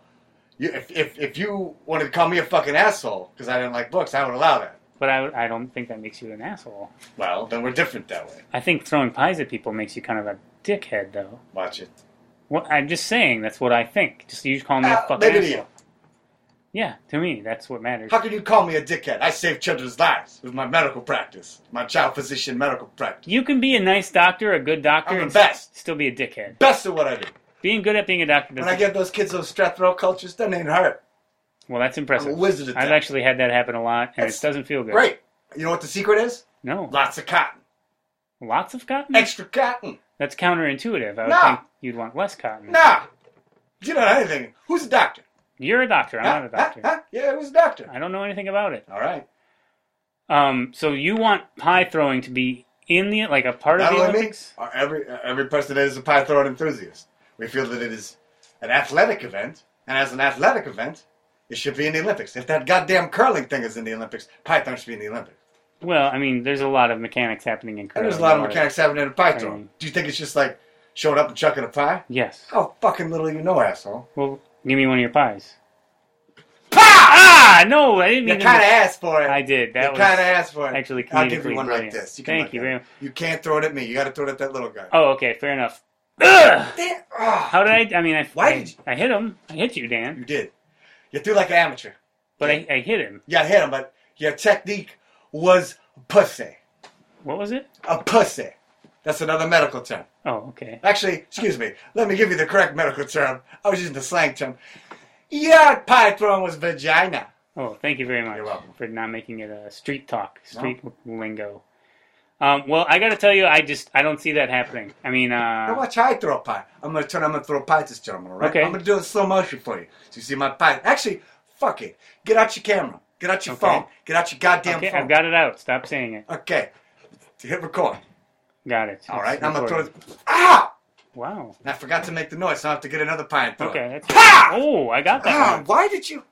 Speaker 2: you, if, if, if you wanted to call me a fucking asshole because I didn't like books, I would allow that.
Speaker 1: But I, I don't think that makes you an asshole.
Speaker 2: Well, then we're different that way.
Speaker 1: I think throwing pies at people makes you kind of a dickhead, though.
Speaker 2: Watch it.
Speaker 1: Well, I'm just saying that's what I think. Just you just call me a
Speaker 2: Ah,
Speaker 1: fucking
Speaker 2: maybe to
Speaker 1: asshole.
Speaker 2: you.
Speaker 1: Yeah, to me that's what matters.
Speaker 2: How can you call me a dickhead? I save children's lives with my medical practice, my child physician medical practice.
Speaker 1: You can be a nice doctor, a good doctor,
Speaker 2: I'm the
Speaker 1: and
Speaker 2: best.
Speaker 1: still be a dickhead.
Speaker 2: Best of what I do.
Speaker 1: Being good at being a doctor
Speaker 2: When
Speaker 1: doesn't.
Speaker 2: I give those kids those strep throat cultures, that ain't hurt.
Speaker 1: well, that's impressive.
Speaker 2: I'm a wizard at
Speaker 1: I've
Speaker 2: that.
Speaker 1: actually had that happen a lot, and
Speaker 2: That's
Speaker 1: it doesn't feel good.
Speaker 2: Great. You know what the secret is?
Speaker 1: No,
Speaker 2: Lots of cotton.
Speaker 1: lots of cotton.
Speaker 2: Extra cotton.
Speaker 1: That's counterintuitive. I would
Speaker 2: No.
Speaker 1: think you'd want less cotton.
Speaker 2: Nah. You don't know anything. Who's a doctor?
Speaker 1: You're a doctor. I'm
Speaker 2: Huh?
Speaker 1: not a doctor.
Speaker 2: Huh? Huh? Yeah, who's a doctor?
Speaker 1: I don't know anything about it.
Speaker 2: All right.
Speaker 1: Um, so you want pie throwing to be in the like a part
Speaker 2: Not
Speaker 1: of the
Speaker 2: only me,
Speaker 1: Olympics?
Speaker 2: or every, uh, every person that is a pie throwing enthusiast. We feel that it is an athletic event, and as an athletic event, it should be in the Olympics. If that goddamn curling thing is in the Olympics, python should be in the Olympics.
Speaker 1: Well, I mean, there's a lot of mechanics happening in
Speaker 2: And
Speaker 1: curling.
Speaker 2: there's a lot of
Speaker 1: Or-
Speaker 2: mechanics having it in a pie throw.
Speaker 1: Um,
Speaker 2: Do you think it's just like showing up and chucking a pie?
Speaker 1: Yes.
Speaker 2: How fucking little you know, asshole.
Speaker 1: Well, give me one of your pies. Ah! No, I didn't
Speaker 2: You
Speaker 1: mean.
Speaker 2: kind
Speaker 1: to-
Speaker 2: of asked for it.
Speaker 1: I did.
Speaker 2: You
Speaker 1: That
Speaker 2: kind
Speaker 1: was.
Speaker 2: of asked for it.
Speaker 1: actually
Speaker 2: I'll give
Speaker 1: comedically
Speaker 2: you one
Speaker 1: brilliant.
Speaker 2: like this. You
Speaker 1: Thank
Speaker 2: like
Speaker 1: you
Speaker 2: that.
Speaker 1: very much.
Speaker 2: You can't throw it at me. You got to throw it at that little guy.
Speaker 1: Oh, okay, fair enough. Ugh!
Speaker 2: Damn. Ah.
Speaker 1: How did I? I mean, I.
Speaker 2: Why
Speaker 1: I,
Speaker 2: did you-
Speaker 1: I hit him. I hit you, Dan.
Speaker 2: You did. You threw like an amateur.
Speaker 1: But I, I hit him.
Speaker 2: You got hit him, but your technique was pussy.
Speaker 1: What was it?
Speaker 2: A pussy. That's another medical term.
Speaker 1: Oh, okay.
Speaker 2: Actually, excuse me. Let me give you the correct medical term. I was using the slang term. Your patron was vagina.
Speaker 1: Oh, thank you very much
Speaker 2: You're welcome.
Speaker 1: for not making it a street talk, street lingo. Um, well, I got to tell you, I just I don't see that happening. I mean,
Speaker 2: Now
Speaker 1: uh,
Speaker 2: watch how I throw a pie. I'm gonna turn. I'm gonna throw a pie at this gentleman. All right.
Speaker 1: Okay.
Speaker 2: I'm gonna do it in slow motion for you. So you see my pie. Actually, fuck it. Get out your camera. Get out your
Speaker 1: Okay.
Speaker 2: phone. Get out your goddamn
Speaker 1: okay,
Speaker 2: phone.
Speaker 1: I've got it out. Stop saying it.
Speaker 2: Okay. Hit record.
Speaker 1: Got it.
Speaker 2: All
Speaker 1: It's
Speaker 2: right. I'm gonna throw.
Speaker 1: recorded.
Speaker 2: It. Ah!
Speaker 1: Wow.
Speaker 2: I forgot to make the noise. So I have to get another pie and throw it.
Speaker 1: Okay. That's
Speaker 2: Ha!
Speaker 1: Oh, I got that.
Speaker 2: Ah,
Speaker 1: one.
Speaker 2: why did you?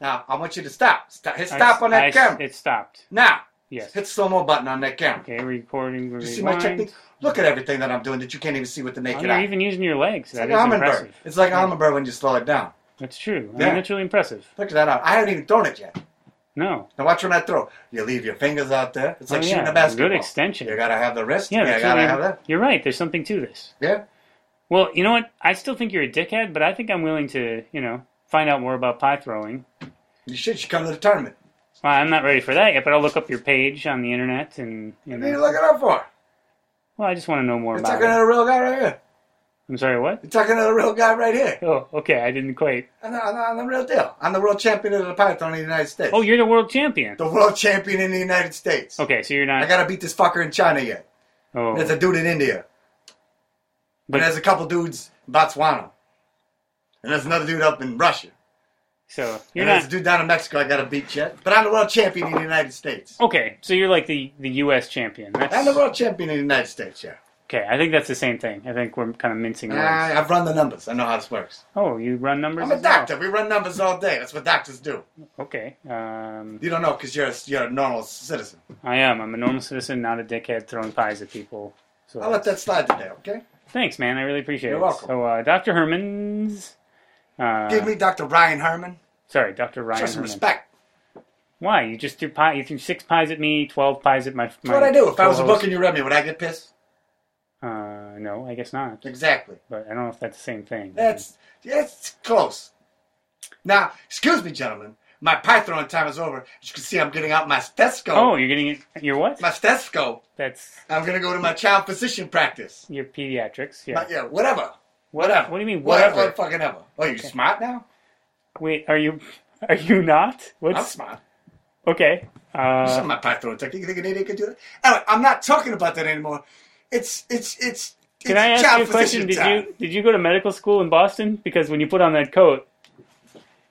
Speaker 2: Now I want you to stop. Stop. Hit
Speaker 1: I-
Speaker 2: stop on that
Speaker 1: I-
Speaker 2: camera.
Speaker 1: It stopped.
Speaker 2: now.
Speaker 1: Yes.
Speaker 2: Hit slow mo button on that camera.
Speaker 1: Okay, recording.
Speaker 2: You see my
Speaker 1: Rewind.
Speaker 2: technique? Look at everything that I'm doing that you can't even see with the
Speaker 1: Oh,
Speaker 2: naked
Speaker 1: you're
Speaker 2: eye.
Speaker 1: even using your legs.
Speaker 2: it's
Speaker 1: That
Speaker 2: like
Speaker 1: is
Speaker 2: Almondbird.
Speaker 1: impressive.
Speaker 2: It's like Almondbird when you slow it down.
Speaker 1: That's true. I
Speaker 2: Yeah.
Speaker 1: mean, that's really impressive.
Speaker 2: Look at that out. I haven't even thrown it yet.
Speaker 1: No.
Speaker 2: Now watch when I throw. You leave your fingers out there. It's like
Speaker 1: Oh,
Speaker 2: shooting
Speaker 1: yeah.
Speaker 2: a basketball.
Speaker 1: Good extension.
Speaker 2: You gotta have the wrist.
Speaker 1: Yeah,
Speaker 2: Yeah,
Speaker 1: that's
Speaker 2: you gotta
Speaker 1: really-
Speaker 2: have that.
Speaker 1: You're right. There's something to this.
Speaker 2: Yeah.
Speaker 1: Well, you know what? I still think you're a dickhead, but I think I'm willing to, you know, find out more about pie throwing.
Speaker 2: You should. You should come to the tournament.
Speaker 1: Well, I'm not ready for that yet, but I'll look up your page on the internet and, you
Speaker 2: What are you
Speaker 1: know.
Speaker 2: looking up for?
Speaker 1: Well, I just want to know more
Speaker 2: You're
Speaker 1: about
Speaker 2: talking to
Speaker 1: it.
Speaker 2: the real guy right here.
Speaker 1: I'm sorry, what?
Speaker 2: You're talking to the real guy right here.
Speaker 1: Oh, okay. I didn't quite.
Speaker 2: I'm, the- I'm, the- I'm the real deal. I'm the world champion of the python in the United States.
Speaker 1: Oh, you're the world champion.
Speaker 2: the world champion in the United States.
Speaker 1: Okay, so you're
Speaker 2: I
Speaker 1: not.
Speaker 2: gotta beat this fucker in China yet.
Speaker 1: Oh,
Speaker 2: There's a dude in India.
Speaker 1: but
Speaker 2: and there's a couple dudes in Botswana. And there's another dude up in Russia.
Speaker 1: so you're
Speaker 2: And
Speaker 1: not.
Speaker 2: there's a dude down in Mexico I gotta beat yet. But I'm the world champion in the United States.
Speaker 1: Okay, so you're like the the U.S. champion. That's,
Speaker 2: I'm the world champion in the United States, yeah.
Speaker 1: okay, I think that's the same thing. I think we're kind of mincing words.
Speaker 2: I, I've run the numbers. I know how this works.
Speaker 1: oh, you run numbers.
Speaker 2: I'm a
Speaker 1: as well?
Speaker 2: doctor. We run numbers all day. That's what doctors do.
Speaker 1: Okay, um,
Speaker 2: You don't know because you're a, you're a normal citizen.
Speaker 1: I am. I'm a normal citizen, not a dickhead throwing pies at people. So
Speaker 2: I'll let that slide today, okay?
Speaker 1: thanks, man. I really appreciate
Speaker 2: You're
Speaker 1: it.
Speaker 2: welcome.
Speaker 1: So, uh, Dr. Herman's. Uh,
Speaker 2: Give me Dr. Ryan Herman.
Speaker 1: sorry, Dr. Ryan
Speaker 2: Show some
Speaker 1: Herman.
Speaker 2: respect.
Speaker 1: Why you just threw pie? You threw six pies at me, twelve pies at my. my
Speaker 2: That's what I do. If I was a book
Speaker 1: co-host.
Speaker 2: and you read me, would I get pissed?
Speaker 1: Uh, no, I guess not.
Speaker 2: Exactly.
Speaker 1: But I don't know if that's the same thing.
Speaker 2: That's that's close. Now, excuse me, gentlemen. My python time is over. As you can see, I'm getting out my stethoscope.
Speaker 1: Oh, you're getting it. You're what?
Speaker 2: My stethoscope.
Speaker 1: That's
Speaker 2: I'm gonna go to my child physician practice.
Speaker 1: your pediatrics. Yeah.
Speaker 2: My- yeah, whatever. Whatever.
Speaker 1: What do you mean, whatever?
Speaker 2: What fucking ever. Oh, you smart now?
Speaker 1: Wait, are you? [LAUGHS] Are you not?
Speaker 2: I'm
Speaker 1: What's
Speaker 2: smart.
Speaker 1: okay?
Speaker 2: Some
Speaker 1: Uh,
Speaker 2: of my python technique. You think an idiot could do that? Anyway, I'm not talking about that anymore. It's it's it's. it's
Speaker 1: can I ask
Speaker 2: child
Speaker 1: you a question?
Speaker 2: physician
Speaker 1: Did
Speaker 2: time.
Speaker 1: you did you go to medical school in Boston? Because when you put on that coat,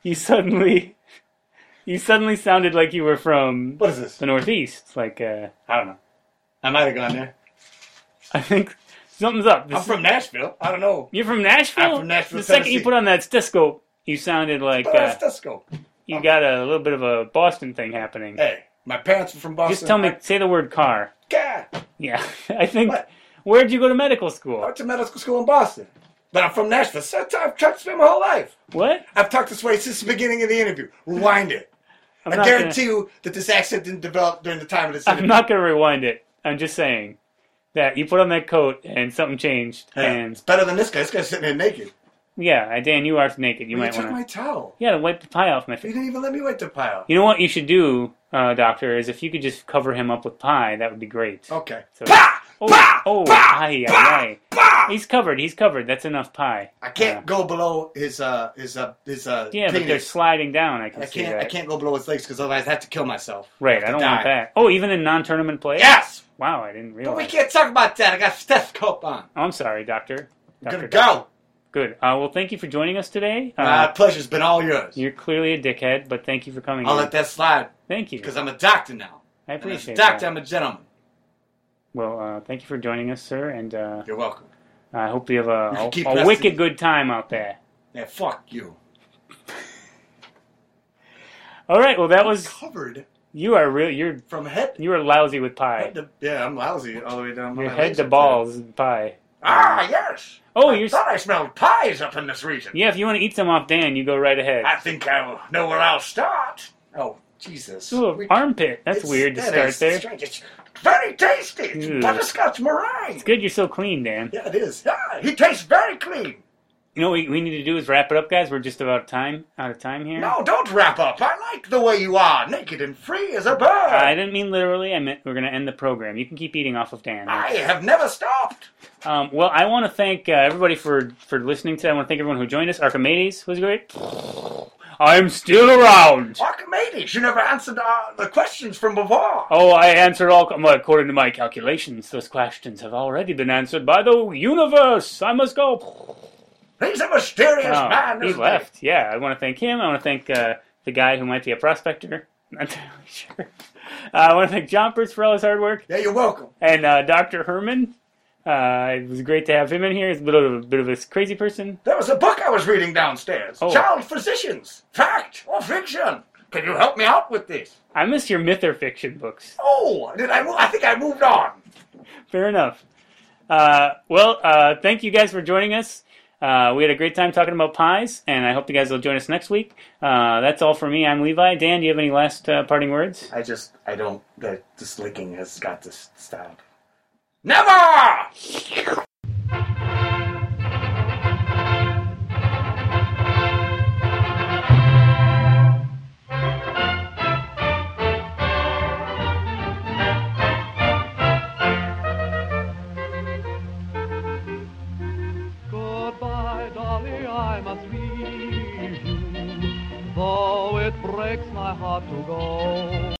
Speaker 1: you suddenly [LAUGHS] you suddenly sounded like you were from
Speaker 2: What is this?
Speaker 1: the Northeast. Like uh,
Speaker 2: I don't know. I might have gone there.
Speaker 1: I think something's up. This-
Speaker 2: I'm from Nashville. I don't know.
Speaker 1: [LAUGHS] you're from Nashville.
Speaker 2: I'm from Nashville,
Speaker 1: The second you
Speaker 2: Tennessee.
Speaker 1: put on that stethoscope, you sounded like
Speaker 2: But I have a
Speaker 1: uh,
Speaker 2: stethoscope.
Speaker 1: you got a little bit of a Boston thing happening.
Speaker 2: Hey, my parents were from Boston.
Speaker 1: Just tell me,
Speaker 2: I-
Speaker 1: say the word car.
Speaker 2: God,
Speaker 1: Yeah, [LAUGHS] I think.
Speaker 2: What?
Speaker 1: Where'd you go to medical school?
Speaker 2: I went to medical school in Boston. But I'm from Nashville. So I've talked this way my whole life.
Speaker 1: What?
Speaker 2: I've talked this way since the beginning of the interview. Rewind it.
Speaker 1: I'm
Speaker 2: I
Speaker 1: not gonna-
Speaker 2: guarantee you that this accent didn't develop during the time of this
Speaker 1: I'm
Speaker 2: interview.
Speaker 1: not going to rewind it. I'm just saying that you put on that coat and something changed.
Speaker 2: Yeah, it's
Speaker 1: And
Speaker 2: better than this guy. This guy's sitting there naked.
Speaker 1: yeah, Dan, you are naked. You
Speaker 2: You,
Speaker 1: might
Speaker 2: took
Speaker 1: want to.
Speaker 2: my towel.
Speaker 1: Yeah, wipe the pie off my
Speaker 2: You
Speaker 1: face.
Speaker 2: didn't even let me wipe the pile.
Speaker 1: You know what you should do, uh, Doctor, is if you could just cover him up with pie, that would be great.
Speaker 2: Okay.
Speaker 1: So-
Speaker 2: Pa!
Speaker 1: Oh,
Speaker 2: Pa!
Speaker 1: oh,
Speaker 2: Pa!
Speaker 1: aye, aye,
Speaker 2: Pa!
Speaker 1: aye.
Speaker 2: Pa!
Speaker 1: He's covered. He's covered. That's enough pie.
Speaker 2: I can't
Speaker 1: Uh,
Speaker 2: go below his uh his uh his uh
Speaker 1: yeah, but they're
Speaker 2: penis.
Speaker 1: sliding down. I can
Speaker 2: I
Speaker 1: see
Speaker 2: can't
Speaker 1: that.
Speaker 2: I can't go below his legs because otherwise I have to kill myself.
Speaker 1: Right. I
Speaker 2: have
Speaker 1: don't
Speaker 2: to
Speaker 1: want
Speaker 2: die.
Speaker 1: that. Oh, even in non-tournament play.
Speaker 2: Yes.
Speaker 1: Wow, I didn't realize.
Speaker 2: But we can't talk about that. I got a stethoscope on.
Speaker 1: Oh, I'm sorry, Doctor.
Speaker 2: I'm gonna
Speaker 1: Doctor,
Speaker 2: go.
Speaker 1: Good. Uh, well, thank you for joining us today. Uh,
Speaker 2: Uh, pleasure's been all yours.
Speaker 1: You're clearly a dickhead, but thank you for coming.
Speaker 2: I'll
Speaker 1: in.
Speaker 2: let that slide
Speaker 1: thank you.
Speaker 2: because I'm a doctor now.
Speaker 1: I
Speaker 2: And as a
Speaker 1: appreciate
Speaker 2: doctor,
Speaker 1: that.
Speaker 2: I'm a gentleman.
Speaker 1: Well, uh, thank you for joining us, sir, and uh,
Speaker 2: You're welcome.
Speaker 1: I hope you have
Speaker 2: You
Speaker 1: a,
Speaker 2: can [LAUGHS] keep
Speaker 1: a,
Speaker 2: pressing.
Speaker 1: wicked good time out there.
Speaker 2: Yeah, fuck you.
Speaker 1: All right. Well, that was
Speaker 2: Covered
Speaker 1: you are real. You're
Speaker 2: from head,
Speaker 1: you are lousy with pie.
Speaker 2: head to yeah. I'm lousy all the way down. my
Speaker 1: Your head
Speaker 2: legs
Speaker 1: to
Speaker 2: up
Speaker 1: balls and pie.
Speaker 3: Ah, yes.
Speaker 1: Oh,
Speaker 3: I
Speaker 1: you're s-
Speaker 3: thought I smelled pies up in this region.
Speaker 1: yeah. If you want to eat some off Dan, you go right ahead.
Speaker 3: I think I know where I'll start.
Speaker 2: there. Oh Jesus.
Speaker 1: Ooh,
Speaker 2: We-
Speaker 1: armpit. That's
Speaker 2: it's-
Speaker 1: weird to
Speaker 2: that
Speaker 1: start
Speaker 2: is
Speaker 1: there.
Speaker 2: strange. It's-
Speaker 3: Very tasty. It's
Speaker 1: Ew.
Speaker 3: butterscotch meringue.
Speaker 1: Good, you're so clean, Dan.
Speaker 2: Yeah, it is. Ah,
Speaker 3: Yeah, he tastes very clean.
Speaker 1: You know what we, we need to do is wrap it up, guys. We're just about time out of time here.
Speaker 2: No, don't wrap up. I like the way you are, naked and free as a bird.
Speaker 1: I
Speaker 2: I,
Speaker 1: didn't mean literally. I meant we're going to end the program. You can keep eating off of Dan.
Speaker 2: have never stopped.
Speaker 1: Um, well, I want to thank uh, everybody for for listening today. I want to thank everyone who joined us. Archimedes was great. I'm still around.
Speaker 2: Archimedes, you never answered uh, the questions from before.
Speaker 1: Oh, I answered all. well, According to my calculations, those questions have already been answered by the universe. I must go.
Speaker 2: He's a mysterious
Speaker 1: Oh,
Speaker 2: man.
Speaker 1: he
Speaker 2: isn't
Speaker 1: left. Yeah, I want to thank him. I want to thank uh, the guy who might be a prospector. [LAUGHS] Not entirely sure. Uh, I want to thank Jumpers for all his hard work
Speaker 2: Yeah, you're welcome.
Speaker 1: and uh, Dr. Herman. Uh, it was great to have him in here. He's a bit of a bit of a crazy person.
Speaker 2: There was a book I was reading downstairs.
Speaker 1: Oh.
Speaker 2: Child Physicians. Fact or fiction? Can you help me out with this?
Speaker 1: I miss your myth or fiction books.
Speaker 2: Oh, did I? Move? I think I moved on.
Speaker 1: Fair enough. Uh, well, uh, thank you guys for joining us. Uh, we had a great time talking about pies, and I hope you guys will join us next week. Uh, that's all for me. I'm Levi. Dan, do you have any last uh, parting words?
Speaker 2: I just, I don't. The, this licking has got to s- stop. Never.
Speaker 6: Goodbye, Dolly, I must leave you. Though it breaks my heart to go.